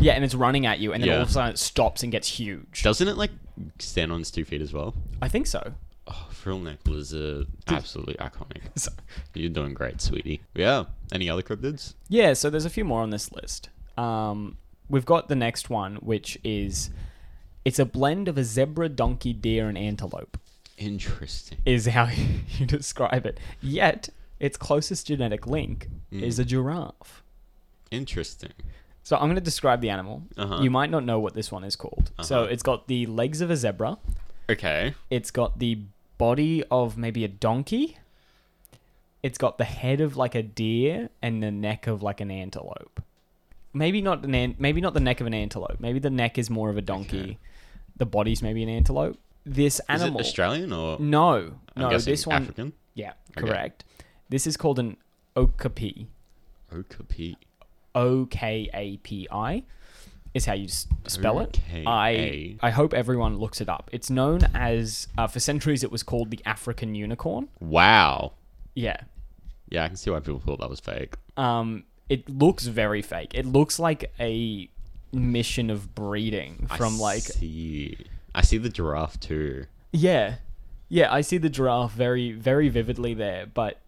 A: Yeah, and it's running at you, and then all
B: Yeah.
A: of a sudden it stops and gets huge.
B: Doesn't it like stand on its two feet as well?
A: I think so.
B: Oh, frill neck lizard, absolutely iconic.
A: So-
B: You're doing great, sweetie. Yeah. Any other cryptids?
A: Yeah, so there's a few more on this list. Um, we've got the next one, which is it's a blend of a zebra, donkey, deer, and antelope,
B: Interesting.
A: is how you describe it. Yet, its closest genetic link
B: Mm.
A: is a giraffe.
B: Interesting.
A: So I'm going to describe the animal.
B: Uh-huh.
A: You might not know what this one is called. So
B: Uh-huh.
A: it's got the legs of a zebra.
B: Okay.
A: It's got the body of maybe a donkey. It's got the head of like a deer and the neck of like an antelope. Maybe not an an- maybe not the neck of an antelope. Maybe the neck is more of a donkey.
B: Okay.
A: The body's maybe an antelope. This animal.
B: Is it Australian or
A: no,
B: I'm
A: no.
B: guessing
A: This one.
B: African?
A: Yeah,
B: Okay.
A: correct. This is called an okapi.
B: Okapi.
A: O K A P I is how you s- spell it. I
B: OKA.
A: I hope everyone looks it up. It's known as uh, for centuries it was called the African unicorn.
B: Wow.
A: Yeah.
B: Yeah, I can see why people thought that was fake.
A: Um it looks very fake. It looks like a mission of breeding from
B: I
A: like
B: see. I see the giraffe too.
A: Yeah. Yeah, I see the giraffe very very vividly there, but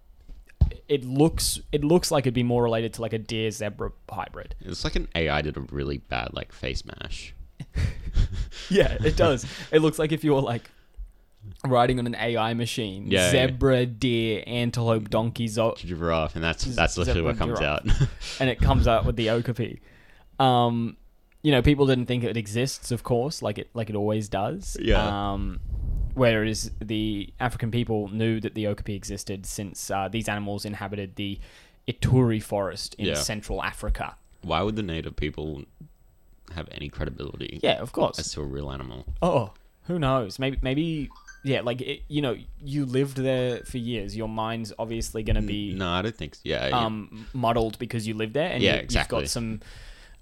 A: it looks it looks like it'd be more related to like a deer zebra hybrid.
B: It's like an AI did a really bad like face mash.
A: Yeah, it does. it looks like if you were like riding on an AI machine,
B: Yeah, yeah.
A: zebra, deer, antelope, donkey, zo-
B: Giraffe, and that's that's
A: Z-
B: literally what
A: zebra
B: comes
A: giraffe.
B: out.
A: and it comes out with the okapi. Um, you know, people didn't think it exists, of course, like it like it always does.
B: Yeah.
A: Um, whereas the African people knew that the okapi existed since uh, these animals inhabited the Ituri forest in
B: Yeah.
A: Central Africa.
B: Why would the native people have any credibility
A: Yeah, of course.
B: as to a real animal?
A: Oh, who knows? Maybe, maybe, yeah. Like it, you know, you lived there for years. Your mind's obviously going to be
B: No, I don't think so. Yeah, yeah.
A: um muddled because you lived there, and
B: Yeah,
A: you,
B: exactly.
A: you've got some,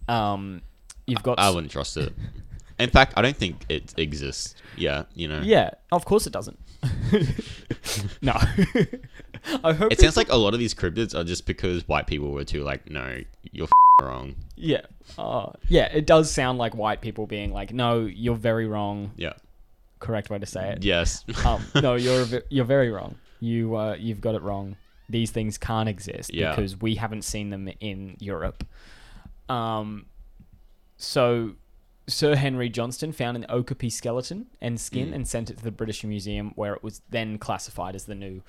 A: um, you've got.
B: I
A: s-
B: wouldn't trust it. In fact, I don't think it exists. Yeah, you know.
A: yeah, of course it doesn't. no, I hope
B: It
A: people-
B: sounds like a lot of these cryptids are just because white people were too like, no, you're f- wrong.
A: yeah, uh, yeah. It does sound like white people being like, "No, you're very wrong."
B: Yeah.
A: Correct way to say it.
B: Yes.
A: um, no, you're ve- you're very wrong. You uh, you've got it wrong. These things can't exist
B: Yeah.
A: because we haven't seen them in Europe. Um, so Sir Henry Johnston found an okapi skeleton and
B: Mm.
A: skin and sent it to the British Museum, where it was then classified as the new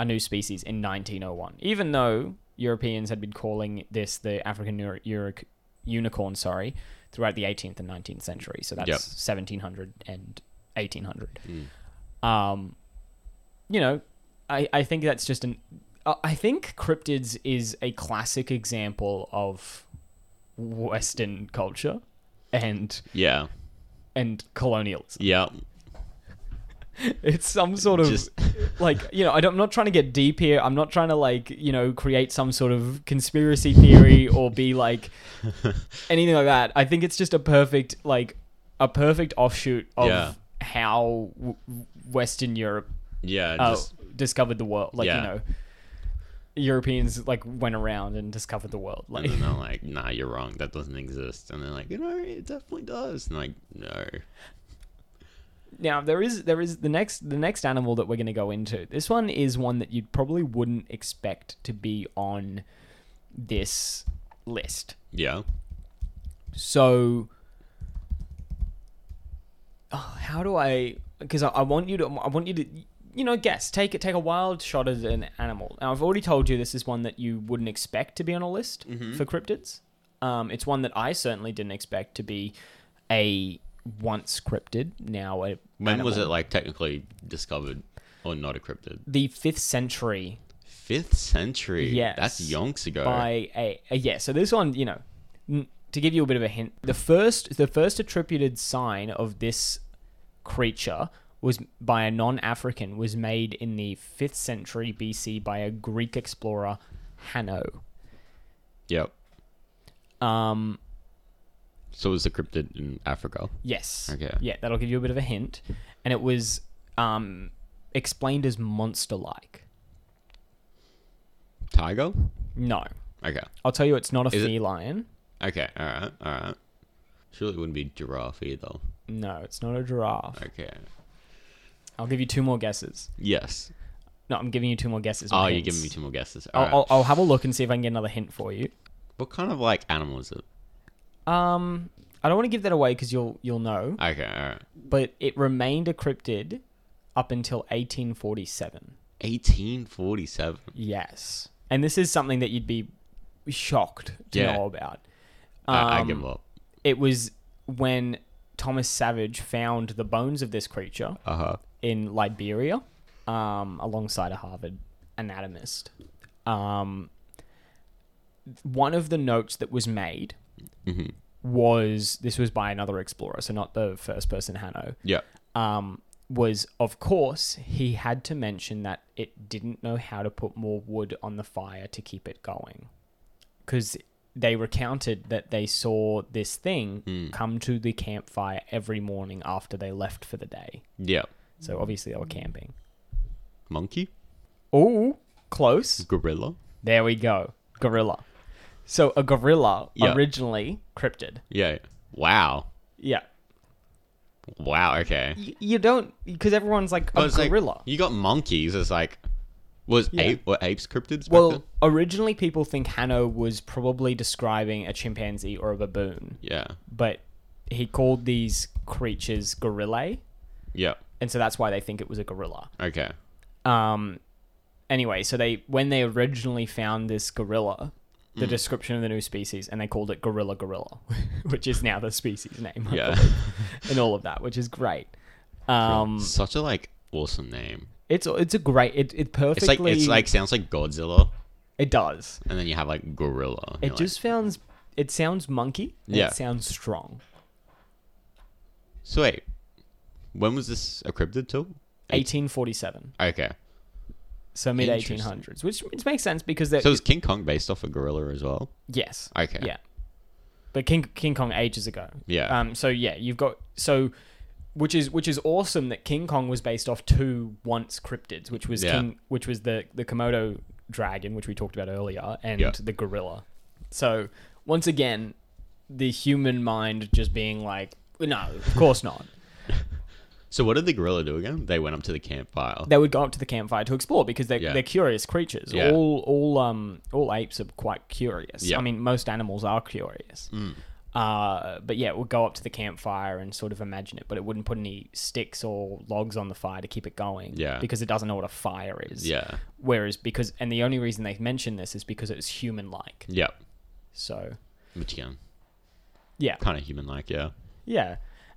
A: a new species in 1901. Even though Europeans had been calling this the African Eur- Euric- unicorn, sorry, throughout the 18th and 19th century. So that's
B: Yep.
A: 1700 and 1800
B: Mm.
A: um, you know, I, I think that's just an. I- I think cryptids is a classic example of Western culture and
B: yeah.
A: and colonialism.
B: Yeah.
A: It's some sort of
B: Just-
A: like you know I don't, I'm not trying to get deep here. I'm not trying to like you know create some sort of conspiracy theory or be like anything like that. I think it's just a perfect like a perfect offshoot of
B: Yeah.
A: how w- Western Europe
B: Yeah.
A: uh,
B: Just,
A: discovered the world. Like
B: Yeah.
A: you know, Europeans like went around and discovered the world. Like
B: and then they're like, nah, you're wrong. That doesn't exist. And they're like, you know, it definitely does. And like, no.
A: now there is there is the next the next animal that we're going to go into. This one is one that you probably wouldn't expect to be on this list.
B: Yeah.
A: So. Oh, how do I? Because I, I want you to, I want you to, you know, guess. Take it, take a wild shot at an animal. Now, I've already told you this is one that you wouldn't expect to be on a list
B: Mm-hmm.
A: for cryptids. Um, it's one that I certainly didn't expect to be a once cryptid. Now, a
B: When was it
A: animal.
B: like technically discovered or not a cryptid?
A: The fifth century
B: Fifth century.
A: Yes.
B: That's yonks ago.
A: by a, a yeah. So this one, you know, n- to give you a bit of a hint, the first the first attributed sign of this creature was by a non-African was made in the 5th century BC by a Greek explorer Hanno.
B: Yep.
A: Um
B: So it was a cryptid in Africa.
A: yes.
B: Okay.
A: Yeah, that'll give you a bit of a hint and it was um explained as monster-like.
B: Tiger?
A: No.
B: Okay.
A: I'll tell you it's not a
B: Is it-
A: feline.
B: Okay. All right. All right. Surely it wouldn't be giraffe either.
A: No, it's not a giraffe.
B: Okay.
A: I'll give you two more guesses.
B: Yes.
A: No, I'm giving you two more guesses.
B: Oh,
A: not
B: you're
A: hints.
B: giving me two more guesses.
A: I'll,
B: All right.
A: I'll, I'll have a look and see if I can get another hint for you.
B: What kind of like animal is it?
A: Um, I don't want to give that away because you'll you'll know.
B: Okay, all right.
A: But it remained a cryptid up until 1847.
B: 1847.
A: Yes, and this is something that you'd be shocked to
B: Yeah.
A: know about.
B: I, I
A: Um,
B: give up.
A: It was when Thomas Savage found the bones of this creature
B: Uh huh.
A: in Liberia, um, alongside a Harvard anatomist. Um, one of the notes that was made
B: hmm
A: was this was by another explorer, so not the first person Hanno.
B: Yeah.
A: Um, was of course he had to mention that it didn't know how to put more wood on the fire to keep it going, because they recounted that they saw this thing
B: Mm.
A: come to the campfire every morning after they left for the day.
B: Yeah.
A: So obviously they were camping.
B: Monkey?
A: Oh, close.
B: Gorilla?
A: There we go. Gorilla. So a gorilla
B: Yeah.
A: originally cryptid.
B: Yeah. Wow.
A: Yeah.
B: Wow. Okay.
A: Y- you don't because everyone's like a
B: I was like,
A: gorilla.
B: you got monkeys. It's like, was
A: Yeah.
B: ape? Were apes cryptids? Back then?
A: well, originally people think Hanno was probably describing a chimpanzee or a baboon,
B: Yeah.
A: but he called these creatures gorillae,
B: Yeah.
A: and so that's why they think it was a gorilla.
B: Okay.
A: Um, anyway, so they when they originally found this gorilla, the description of the new species, and they called it gorilla gorilla, which is now the species name. I
B: Yeah.
A: believe, and all of that, which is great. Um,
B: Such a like awesome name.
A: it's it's a great it it
B: It's
A: perfectly
B: like it's like sounds like Godzilla,
A: it does.
B: and then you have like gorilla.
A: It just sounds it sounds monkey. And
B: Yeah.
A: It sounds strong.
B: so wait. When was this a cryptid till?
A: 1847.
B: Okay.
A: So mid
B: Interesting.
A: 1800s, which which makes sense because they're
B: So is King Kong based off a gorilla as well?
A: yes.
B: Okay.
A: Yeah. But King King Kong ages ago.
B: Yeah.
A: Um so yeah, you've got so which is which is awesome that King Kong was based off two once cryptids, which was
B: Yeah.
A: King which was the the Komodo dragon which we talked about earlier and
B: Yeah.
A: the gorilla. So once again, the human mind just being like no, of course not.
B: So what did the gorilla do again? They went up to the campfire.
A: they would go up to the campfire to explore because they're,
B: Yeah.
A: they're curious creatures.
B: Yeah.
A: All all um all apes are quite curious.
B: Yeah. Hmm.
A: I mean, most animals are curious. Uh, but yeah, it would go up to the campfire and sort of imagine it, but it wouldn't put any sticks or logs on the fire to keep it going.
B: Yeah.
A: because it doesn't know what a fire is.
B: Yeah.
A: Whereas because and the only reason they mention this is because it's human like.
B: Yeah.
A: So
B: Which again,
A: yeah,
B: kind of human like, yeah.
A: Yeah.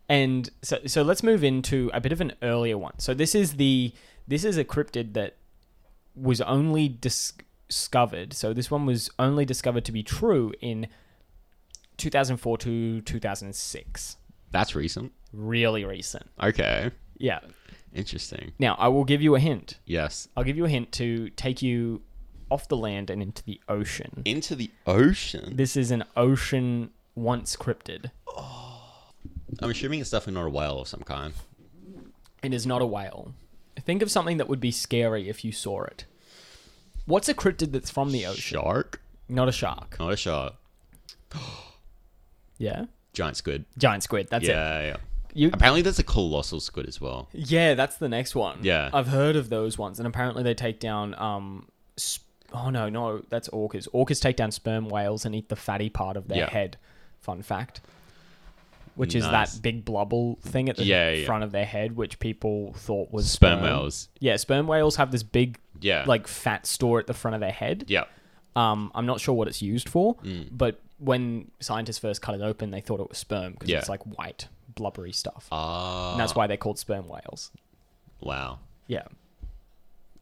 A: And so so let's move into a bit of an earlier one. So this is the this is a cryptid that was only dis- discovered. So this one was only discovered to be true in 2004 to 2006.
B: That's recent.
A: Really recent.
B: Okay.
A: Yeah.
B: Interesting.
A: Now, I will give you a hint.
B: Yes.
A: I'll give you a hint to take you off the land and into the ocean.
B: Into the ocean.
A: This is an ocean once cryptid.
B: I'm assuming it's definitely not a whale of some kind.
A: It is not a whale. Think of something that would be scary if you saw it. What's a cryptid that's from the ocean?
B: Shark?
A: Not a shark.
B: Not a shark.
A: Yeah.
B: Giant squid.
A: Giant squid. That's it.
B: yeah, yeah.
A: You.
B: Apparently, there's a colossal squid as well.
A: Yeah, that's the next one.
B: Yeah.
A: I've heard of those ones, and apparently they take down. Um. Sp- oh no, no, that's orcas. Orcas take down sperm whales and eat the fatty part of their
B: Yeah.
A: head. Fun fact. Which is
B: Nice.
A: that big blubble thing at the
B: Yeah, yeah.
A: front of their head, which people thought was
B: Sperm whales.
A: Yeah, sperm whales have this big,
B: Yeah.
A: like fat store at the front of their head.
B: Yeah.
A: Um, I'm not sure what it's used for,
B: Mm.
A: but when scientists first cut it open, they thought it was sperm because
B: Yeah.
A: it's like white, blubbery stuff.
B: Ah.
A: and that's why they're called sperm whales.
B: Wow.
A: Yeah.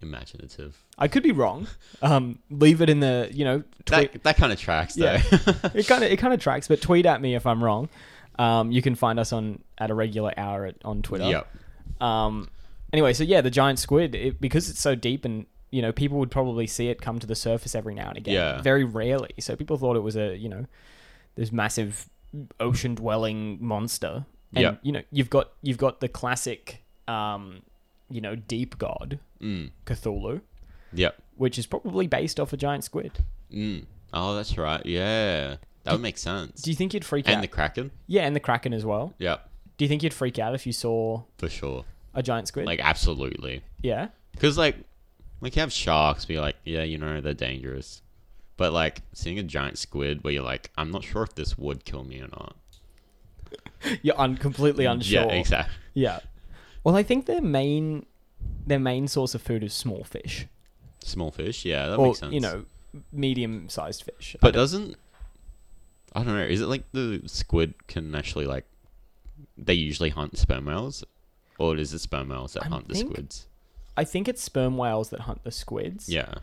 B: Imaginative.
A: I could be wrong. Um, leave it in the, you know, tweet.
B: That, that kind of tracks, though.
A: Yeah. it kind of it kind of tracks, but tweet at me if I'm wrong. Um, you can find us on at a regular hour at, on Twitter.
B: yep.
A: Um, anyway, so yeah, the giant squid, it, because it's so deep and you know people would probably see it come to the surface every now and again.
B: Yeah.
A: Very rarely. So people thought it was a you know this massive ocean dwelling monster. And,
B: Yeah.
A: You know you've got you've got the classic um, you know deep god
B: Mm.
A: Cthulhu,
B: Yep.
A: which is probably based off a giant squid.
B: Mm. Oh, that's right. Yeah. That would make sense.
A: Do you think you'd freak
B: and
A: out?
B: the kraken.
A: yeah, and the kraken as well.
B: Yeah,
A: Do you think you'd freak out if you saw
B: for sure.
A: a giant squid?
B: Like absolutely.
A: yeah,
B: Because like, like you have sharks, be like, yeah, you know, they're dangerous. But like seeing a giant squid, where you're like, I'm not sure if this would kill me or not.
A: you're un- completely unsure.
B: Yeah, exactly.
A: Yeah. Well, I think their main their main source of food is small fish,
B: Small fish, yeah, that
A: or
B: makes sense.
A: you know, medium sized fish.
B: but doesn't I don't know? Is it like the squid can actually like they usually hunt sperm whales, or is it sperm whales that
A: I
B: hunt the
A: think-
B: squids?
A: I think it's sperm whales that hunt the squids.
B: Yeah,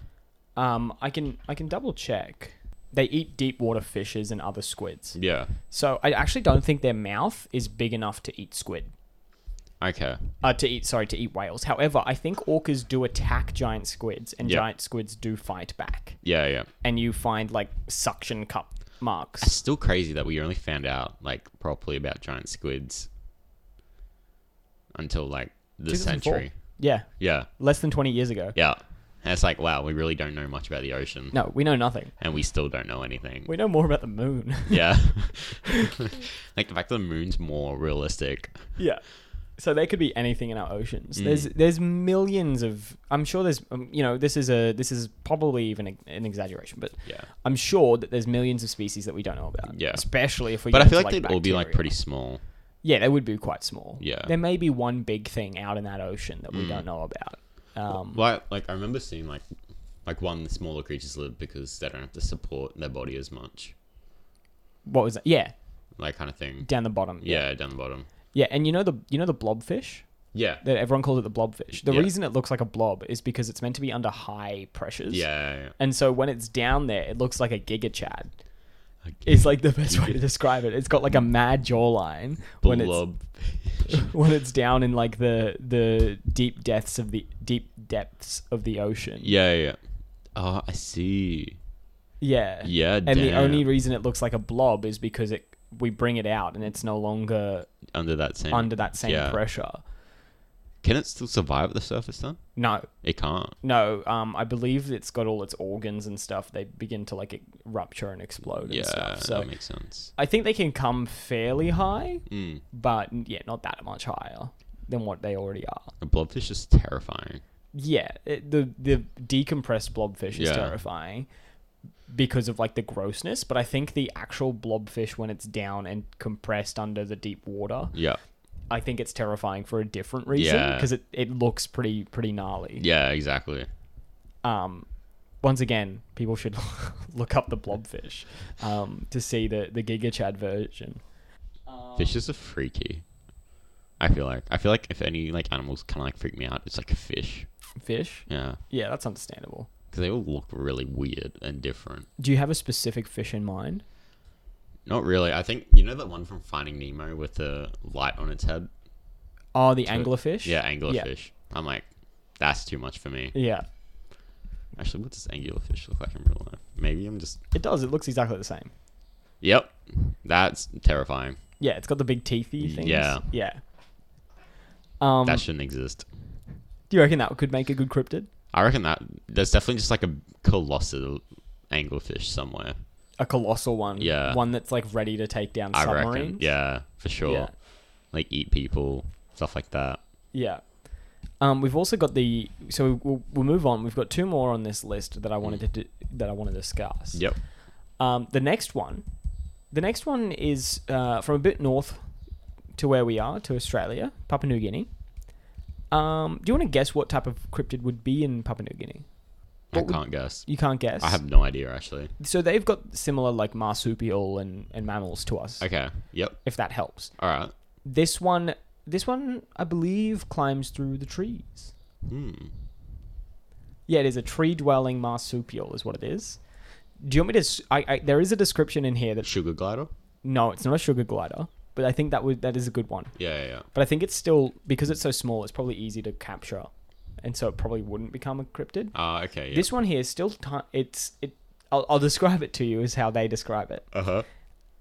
A: Um, I can I can double check. They eat deep water fishes and other squids.
B: yeah.
A: So I actually don't think their mouth is big enough to eat squid.
B: Okay,
A: Uh, to eat sorry to eat whales. However, I think orcas do attack giant squids, and
B: Yeah.
A: giant squids do fight back.
B: yeah, yeah.
A: And you find like suction cup marks.
B: It's still crazy that we only found out like properly about giant squids until like this
A: 2004.
B: century.
A: Yeah,
B: Yeah,
A: less than twenty years ago.
B: yeah. And it's like wow, we really don't know much about the ocean,
A: No, we know nothing.
B: and we still don't know anything.
A: We know more about the moon.
B: Yeah, like the fact that the moon's more realistic.
A: yeah. So there could be anything in our oceans.
B: Mm.
A: There's there's millions of. I'm sure there's. Um, you know, this is a this is probably even a, an exaggeration, but
B: Yeah.
A: I'm sure that there's millions of species that we don't know about.
B: Yeah.
A: Especially if we.
B: But
A: get
B: I feel
A: into,
B: like they'd all be like
A: bacteria.
B: pretty small.
A: Yeah, they would be quite small.
B: Yeah. Mm.
A: There may be one big thing out in that ocean that we don't know about. Um,
B: Well, I- like I remember seeing like like one the smaller creatures live because they don't have to support their body as much,
A: what was that? Yeah,
B: like kind of thing.
A: down the bottom.
B: Yeah, down the bottom.
A: Yeah, and you know the you know the blobfish
B: Yeah,
A: that everyone calls it the blobfish. The
B: Yeah.
A: reason it looks like a blob is because it's meant to be under high pressures.
B: yeah. yeah.
A: And so when it's down there, it looks like a gigachad.
B: Like,
A: It's like the best way to describe it. It's got like a mad jawline when it's
B: blob.
A: when it's down in like the the deep depths of the deep depths of the ocean.
B: Yeah, yeah. yeah. Oh, I see.
A: Yeah.
B: Yeah,
A: And the only reason it looks like a blob is because it we bring it out and it's no longer
B: under that same
A: under that same
B: yeah.
A: pressure.
B: Can it still survive at the surface then?
A: No.
B: It can't.
A: No, um, I believe it's got all its organs and stuff. They begin to like e-, rupture and explode and
B: Yeah,
A: stuff. So
B: that makes sense.
A: I think they can come fairly high,
B: Mm.
A: but yeah, not that much higher than what they already are.
B: A blobfish is terrifying.
A: Yeah, it, the the decompressed blobfish is
B: Yeah.
A: terrifying because of like the grossness, but I think the actual blobfish when it's down and compressed under the deep water,
B: Yeah,
A: I think it's terrifying for a different reason
B: Yeah.
A: because it, it looks pretty pretty gnarly.
B: yeah, exactly.
A: Um once again, people should look up the blobfish um, to see the the Giga Chad version. Oh.
B: Fishes are freaky. I feel like I feel like if any like animals kind of like freak me out, it's like a fish.
A: Um, Fish?
B: Yeah,
A: Yeah, that's understandable.
B: because they all look really weird and different.
A: Do you have a specific fish in mind?
B: Not really. I think you know that one from Finding Nemo with the light on its head.
A: Oh, the anglerfish?
B: Yeah, anglerfish. I'm like, that's too much for me.
A: Yeah.
B: Actually, what does anglerfish look like in real life? Maybe I'm just.
A: It does. It looks exactly the same.
B: Yep, that's terrifying.
A: Yeah, it's got the big teethy things.
B: Yeah.
A: Yeah. Um,
B: that shouldn't exist.
A: do you reckon that could make a good cryptid?
B: I reckon that there's definitely just like a colossal anglerfish somewhere.
A: A colossal one.
B: Yeah.
A: One that's like ready to take down
B: I
A: submarines.
B: reckon. Yeah, for sure.
A: Yeah.
B: Like eat people, stuff like that.
A: Yeah. Um, we've also got the so we'll, we'll move on. We've got two more on this list that I wanted
B: Mm.
A: to di- that I want to discuss.
B: Yep.
A: Um, the next one, the next one is uh, from a bit north to where we are to Australia, Papua New Guinea. Um, do you want to guess what type of cryptid would be in Papua New Guinea? What
B: I
A: would-
B: can't guess.
A: You can't guess.
B: I have no idea actually.
A: So they've got similar like marsupial and, and mammals to us,
B: Okay. Yep.
A: if that helps.
B: All right.
A: This one, this one, I believe, climbs through the trees.
B: Hmm.
A: Yeah, it is a tree-dwelling marsupial, is what it is. Do you want me to? s- I, I- there is a description in here that
B: Sugar glider.
A: no, it's not a sugar glider, but I think that would that is a good one.
B: Yeah, yeah, yeah.
A: But I think it's still because it's so small, it's probably easy to capture, and so it probably wouldn't become a cryptid.
B: Ah, okay. Yeah.
A: This one here is still ti it's it. I'll, I'll describe it to you as how they describe it.
B: Uh huh.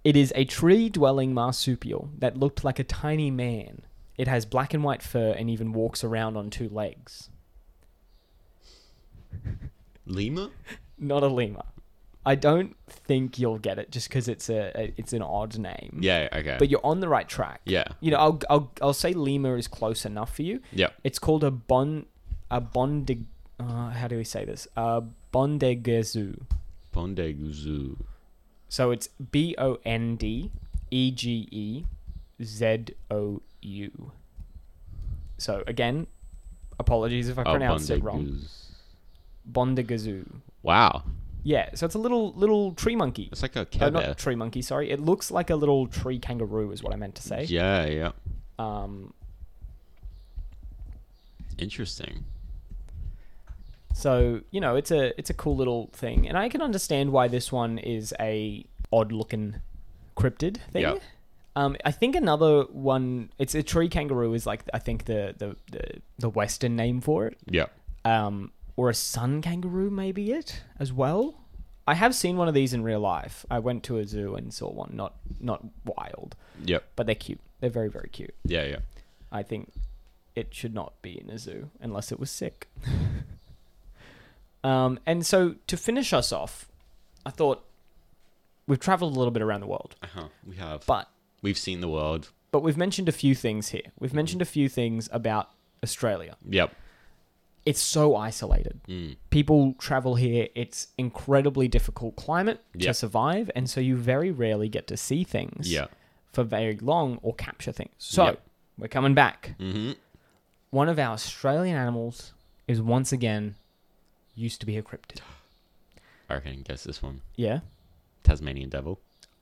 A: It is a tree-dwelling marsupial that looked like a tiny man. It has black and white fur and even walks around on two legs.
B: Lima.
A: Hmm? Not a lemur. I don't think you'll get it just because it's a, a it's an odd name.
B: Yeah. Okay.
A: But you're on the right track.
B: yeah.
A: You know, I'll, I'll I'll say Lima is close enough for you.
B: Yeah.
A: It's called a bon a bondig. Uh, how do we say this? A bondegezu.
B: Bondeguzu.
A: So it's B O N D E G E Z O U. So again, apologies if I
B: Oh,
A: pronounced it wrong.
B: Bondeguz.
A: Bondigazoo.
B: Wow.
A: Yeah, so it's a little little tree monkey.
B: It's like a
A: Oh,
B: cat.
A: not tree monkey, sorry. It looks like a little tree kangaroo is what I meant to say.
B: Yeah. Yeah.
A: Um
B: Interesting.
A: so, you know, it's a it's a cool little thing. And I can understand why this one is a odd looking cryptid thing.
B: Yep.
A: Um, I think another one. It's a tree kangaroo is like I think the the the, the Western name for it,
B: Yeah.
A: um, or a sun kangaroo maybe it as well. I have seen one of these in real life. I went to a zoo and saw one, not not wild,
B: Yep.
A: but they're cute. They're very very cute.
B: Yeah. Yeah.
A: I think it should not be in a zoo unless it was sick. um, and so to finish us off, I thought we've traveled a little bit around the world,
B: Uh huh. We have.
A: but
B: We've seen the world.
A: but we've mentioned a few things here.
B: Mm-hmm.
A: We've mentioned a few things about Australia.
B: Yep.
A: It's so isolated.
B: Mm.
A: People travel here. It's incredibly difficult climate
B: Yeah.
A: to survive, and so you very rarely get to see things
B: Yeah.
A: for very long or capture things. So
B: Yeah.
A: we're coming back.
B: Mm-hmm.
A: One of our Australian animals is once again used to be a cryptid.
B: I reckon I can guess this one.
A: Yeah.
B: Tasmanian devil.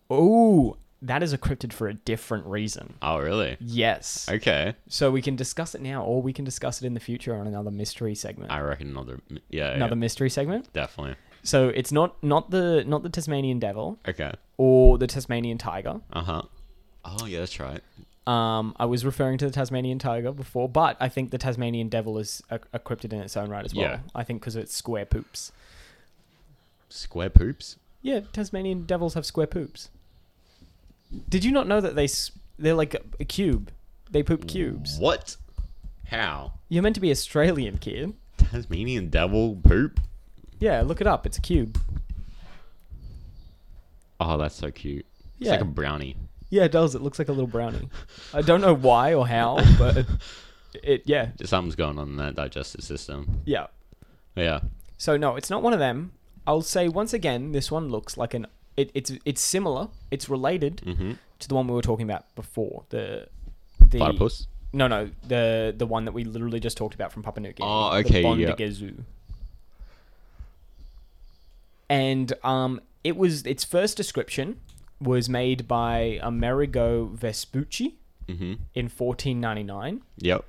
A: Oh, that is a cryptid for a different reason.
B: Oh, really?
A: Yes.
B: Okay.
A: So we can discuss it now, or we can discuss it in the future on another mystery segment.
B: I reckon another. Yeah. yeah,
A: another mystery segment.
B: definitely.
A: So it's not not the not the Tasmanian devil
B: Okay.
A: or the Tasmanian tiger.
B: Uh huh. Oh yeah, that's right.
A: Um, I was referring to the Tasmanian tiger before, but I think the Tasmanian devil is a, a cryptid in its own right as well.
B: Yeah.
A: I think because it's square poops.
B: Square poops.
A: Yeah, Tasmanian devils have square poops. Did you not know that they s- they're like a, a cube? They poop cubes.
B: What? How?
A: You're meant to be Australian, kid.
B: Tasmanian devil poop.
A: Yeah, look it up. It's a cube.
B: Oh, that's so cute. It's
A: Yeah.
B: like a brownie.
A: Yeah, it does. It looks like a little brownie. I don't know why or how, but it, it yeah,
B: Something's going on in that digestive system.
A: yeah.
B: Yeah.
A: So no, it's not one of them. I'll say once again, this one looks like an. It, it's it's similar. It's related
B: Mm-hmm.
A: to the one we were talking about before. The the
B: Platypus.
A: No, no, the the one that we literally just talked about from Papua New Guinea.
B: Oh,
A: the
B: okay, yeah.
A: Bondigezu. And um, it was its first description was made by Amerigo Vespucci
B: Mm-hmm.
A: in 1499
B: Yep.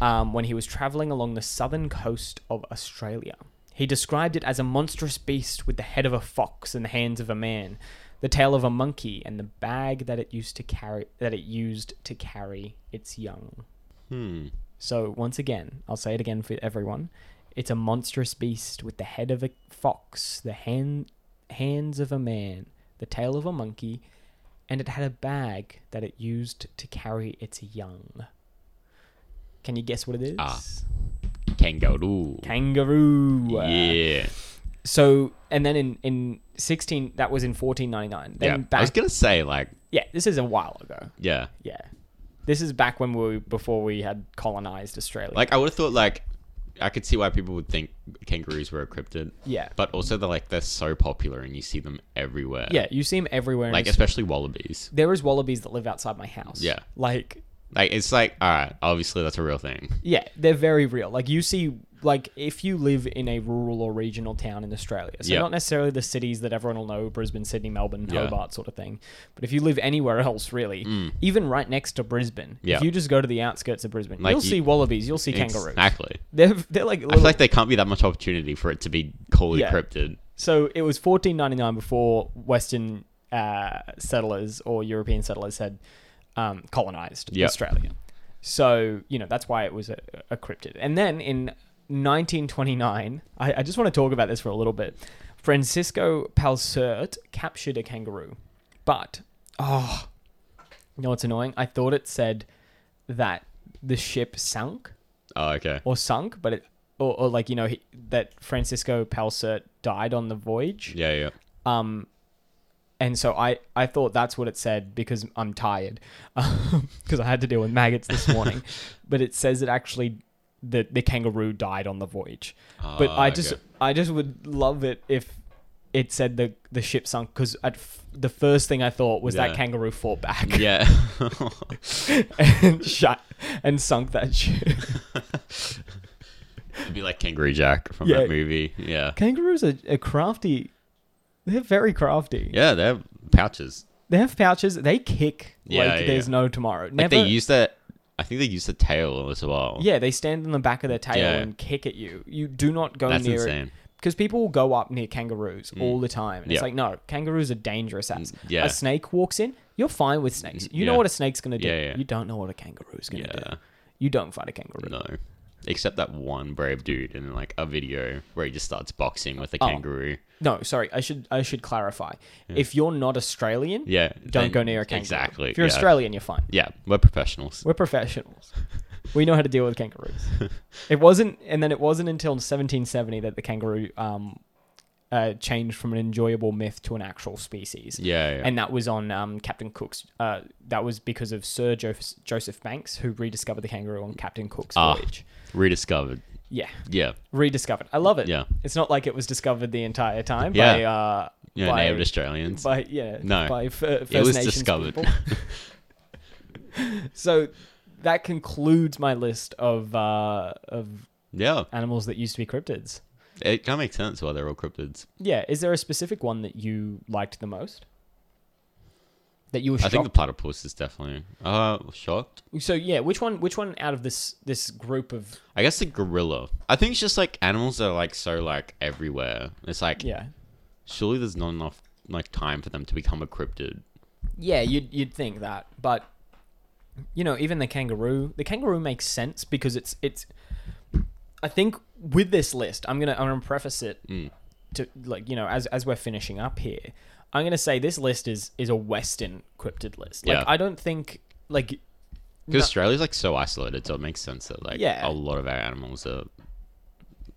A: um, when he was traveling along the southern coast of Australia. He described it as a monstrous beast with the head of a fox and the hands of a man, the tail of a monkey, and the bag that it used to carry that it used to carry its young.
B: Hmm.
A: So once again, I'll say it again for everyone. It's a monstrous beast with the head of a fox, the hand, hands of a man, the tail of a monkey, and it had a bag that it used to carry its young. Can you guess what it is?
B: Ah. Kangaroo.
A: Kangaroo.
B: yeah.
A: So and then in in 16 that was in 1499. Then
B: Yeah. I
A: back
B: was gonna say like
A: Yeah, this is a while ago.
B: yeah.
A: Yeah. This is back when we before we had colonized Australia.
B: Like I would have thought like I could see why people would think kangaroos were a cryptid.
A: yeah.
B: But also they're like they're so popular and you see them everywhere.
A: Yeah, you see them everywhere. in
B: Like
A: Aus-
B: especially wallabies.
A: there is wallabies that live outside my house.
B: Yeah.
A: Like,
B: Like it's like all right, obviously that's a real thing.
A: yeah, they're very real. Like, you see, like, if you live in a rural or regional town in Australia, so
B: Yeah.
A: not necessarily the cities that everyone will know Brisbane, Sydney, Melbourne,
B: Yeah. Mm.
A: Hobart, sort of thing, but if you live anywhere else, really, even right next to Brisbane,
B: Yeah.
A: if you just go to the outskirts of Brisbane,
B: Like
A: you'll
B: you-
A: see wallabies, you'll see kangaroos.
B: Exactly.
A: They're, they're like
B: I feel
A: little.
B: like there can't be that much opportunity for it to be called
A: Yeah.
B: cryptid.
A: so it was 1499 before Western uh, settlers or European settlers had um, colonized
B: Yeah.
A: Australia. So, you know, that's why it was a, a cryptid. And then in 1929, I, I just want to talk about this for a little bit. Francisco Palsert captured a kangaroo, but, oh, you know what's annoying? I thought it said that the ship sank
B: Oh, okay.
A: or sunk, but it or, or like you know he, that Francisco Palsert died on the voyage.
B: Yeah, yeah.
A: Um, and so I, I thought that's what it said because I'm tired because I had to deal with maggots this morning. but it says it actually the, the kangaroo died on the voyage. But
B: Ah,
A: I just
B: okay.
A: I just would love it if it said the the ship sunk because f- the first thing I thought was that
B: Yeah.
A: kangaroo fought back
B: yeah.
A: and shut and sunk that ship.
B: It'd be like Kangaroo Jack from
A: Yeah.
B: that movie. Yeah.
A: Kangaroos are, are crafty. They're very crafty.
B: Yeah, they have pouches.
A: They have pouches. They kick
B: Yeah,
A: like
B: yeah,
A: there's
B: yeah.
A: no tomorrow. Never.
B: Like they use that. I think they use the tail as well.
A: yeah, they stand on the back of their tail
B: Yeah.
A: and kick at you. You do not go
B: That's
A: near it.
B: insane. Mm.
A: because people will go up near kangaroos all the time. And It's
B: Yeah. Mm,
A: like no, kangaroos are dangerous. As
B: yeah.
A: a snake walks in, you're fine with snakes. You know
B: yeah.
A: what a snake's gonna do.
B: Yeah, yeah.
A: You don't know what a kangaroo's gonna
B: Yeah.
A: do. You don't fight a kangaroo.
B: No. Except that one brave dude in like a video where he just starts boxing with a
A: Oh.
B: kangaroo.
A: No, sorry, I should I should clarify. If you're not Australian,
B: Yeah.
A: don't
B: then-
A: go near a kangaroo.
B: Exactly.
A: If you're
B: yeah.
A: Australian, you're fine.
B: Yeah, we're professionals.
A: We're professionals. we know how to deal with kangaroos. It wasn't, and then it wasn't until 1770 that the kangaroo um, uh, changed from an enjoyable myth to an actual species.
B: Yeah. yeah.
A: And that was on um, Captain Cook's. Uh, that was because of Sir jo- Joseph Banks, who rediscovered the kangaroo on Captain Cook's
B: Ah.
A: voyage.
B: Rediscovered.
A: Yeah,
B: Yeah.
A: rediscovered. I love it.
B: Yeah.
A: It's not like it was discovered the entire time by,
B: Yeah.
A: uh,
B: Yeah.
A: by,
B: Native Australians.
A: by yeah,
B: No.
A: by fir- First
B: was
A: Nations
B: discovered.
A: people. so that concludes my list of uh, of
B: yeah.
A: animals that used to be cryptids.
B: It kind of makes sense why they're all cryptids.
A: Yeah, is there a specific one that you liked the most? That you were
B: I
A: shocked.
B: think the platypus is definitely uh shocked.
A: so yeah, which one? Which one out of this this group of
B: I guess the gorilla. I think it's just like animals that are like so like everywhere. It's like
A: yeah
B: surely there's not enough like time for them to become a cryptid.
A: yeah you'd you'd think that, but you know even the kangaroo the kangaroo makes sense because it's it's. I think with this list, I'm gonna I'm gonna preface it
B: Mm.
A: to like you know as as we're finishing up here i'm going to say this list is is a western cryptid list like
B: Yeah.
A: i don't think like
B: Because
A: No.
B: Australia's like so isolated, so it makes sense that like
A: Yeah.
B: a lot of our animals are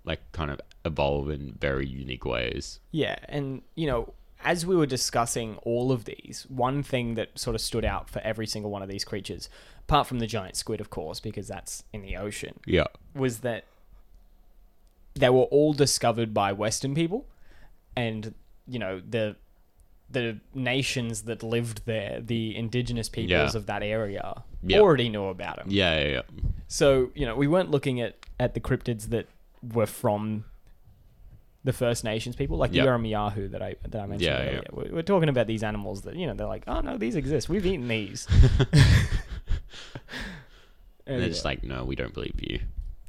B: like kind of evolve in very unique ways.
A: yeah and you know as we were discussing all of these one thing that sort of stood out for every single one of these creatures apart from the giant squid of course because that's in the ocean
B: Yeah.
A: was that they were all discovered by Western people, and you know the the nations that lived there, the indigenous peoples
B: Yeah.
A: of that area,
B: Yeah.
A: already knew about them.
B: Yeah, yeah, yeah.
A: So you know we weren't looking at at the cryptids that were from the First Nations people, like
B: Yeah.
A: the Yaramiyahu that I that I mentioned
B: Yeah, yeah.
A: earlier. We're, we're talking about these animals that you know they're like, oh no, these exist. We've eaten these.
B: And
A: Anyway.
B: they're just like, no, we don't believe you.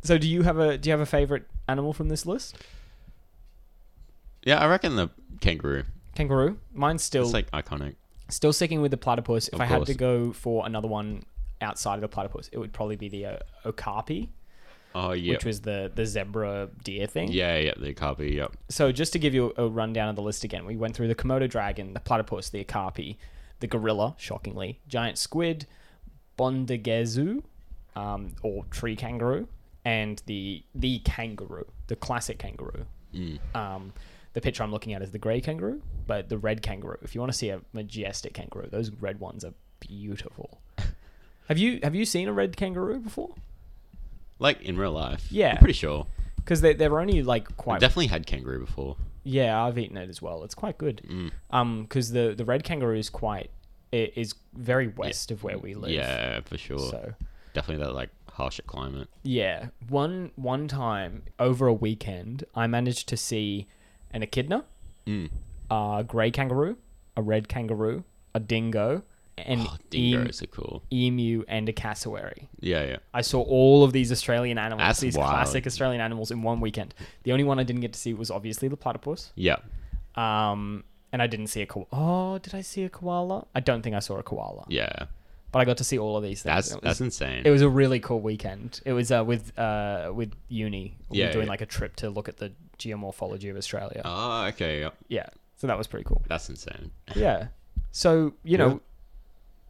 A: so do you have a do you have a favorite animal from this list?
B: Yeah, I reckon the kangaroo.
A: Kangaroo. Mine's still
B: It's like iconic.
A: Still sticking with the platypus. If
B: Of
A: I had to
B: course.
A: go for another one outside of the platypus, it would probably be the uh, okapi,
B: Oh yeah.
A: which was the the zebra deer thing.
B: Yeah, yeah, the copy, yep.
A: So just to give you a rundown of the list again, we went through the komodo dragon, the platypus, the okapi, the gorilla, shockingly, giant squid, bondagezu, um, or tree kangaroo, and the the kangaroo, the classic kangaroo.
B: Mm.
A: Um, the picture I'm looking at is the grey kangaroo, but the red kangaroo. If you want to see a majestic kangaroo, those red ones are beautiful. have you have you seen a red kangaroo before?
B: Like in real life.
A: Yeah.
B: I'm pretty sure.
A: Because they they're only like
B: I
A: quite
B: definitely had kangaroo before.
A: yeah. I've eaten it as well. It's quite good.
B: Mm.
A: Um, because the the red kangaroo is quite i- is very west of where we live.
B: Yeah, for sure.
A: So
B: Definitely that like harsher climate.
A: yeah, one one time over a weekend, I managed to see an echidna.
B: Mm.
A: a grey kangaroo, a red kangaroo, a dingo, an
B: Oh,
A: em-
B: dingoes are cool.
A: emu, and a cassowary.
B: Yeah, yeah.
A: I saw all of these Australian animals,
B: That's
A: these
B: wild.
A: classic Australian animals, in one weekend. The only one I didn't get to see was obviously the platypus.
B: Yeah.
A: Um, and I didn't see a koala. Oh, did I see a koala? I don't think I saw a koala,
B: Yeah.
A: but I got to see all of these things.
B: That's
A: and it was,
B: that's insane.
A: it was a really cool weekend. It was uh, with uh, with uni. We were
B: Yeah,
A: doing
B: yeah.
A: like a trip to look at the geomorphology of Australia.
B: oh, okay. Yeah.
A: Yeah, so that was pretty cool.
B: That's insane.
A: Yeah. So you know,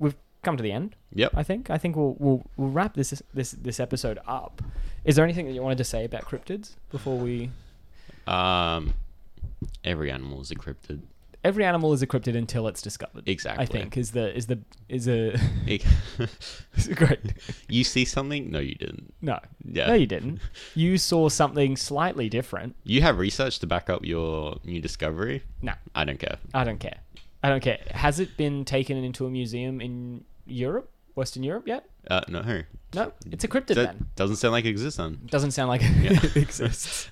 A: we've come to the end.
B: Yep.
A: I think. I think we'll we'll, we'll wrap this this this episode up. Is there anything that you wanted to say about cryptids before we?
B: Um, every animal is a cryptid.
A: every animal is a cryptid until it's discovered.
B: Exactly.
A: I think is the is the is a
B: Ex-
A: is a great.
B: you see something? No, you didn't.
A: No,
B: Yeah.
A: no, you didn't. You saw something slightly different.
B: You have research to back up your new discovery.
A: No,
B: I don't care.
A: I don't care. I don't care. Has it been taken into a museum in Europe, Western Europe yet?
B: Uh, no,
A: No, it's a cryptid
B: that
A: then.
B: doesn't sound like it exists. Then
A: Doesn't sound like it exists.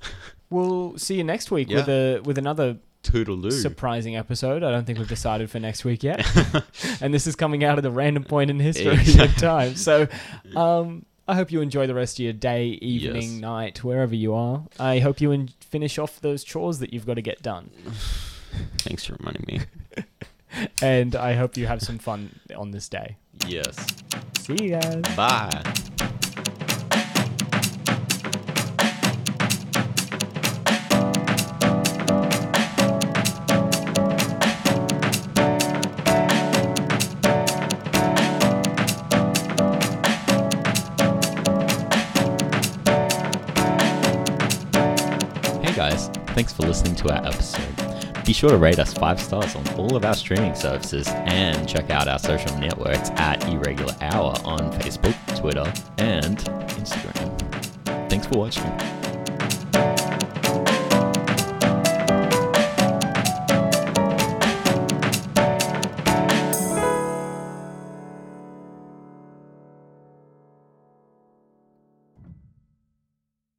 A: We'll see you next week with
B: Yeah.
A: a with another
B: toodaloo.
A: surprising episode. I don't think we've decided for next week yet. and this is coming out at a random point in history in
B: Exactly.
A: time. So um, I hope you enjoy the rest of your day, evening,
B: Yes.
A: night, wherever you are. I hope you en- finish off those chores that you've got to get done.
B: Thanks for reminding me.
A: And I hope you have some fun on this day.
B: yes.
A: See you guys.
B: Bye. Hey guys, thanks for listening to our episode. Be sure to rate us five stars on all of our streaming services and check out our social networks at Irregular Hour on Facebook, Twitter, and Instagram. Thanks for watching.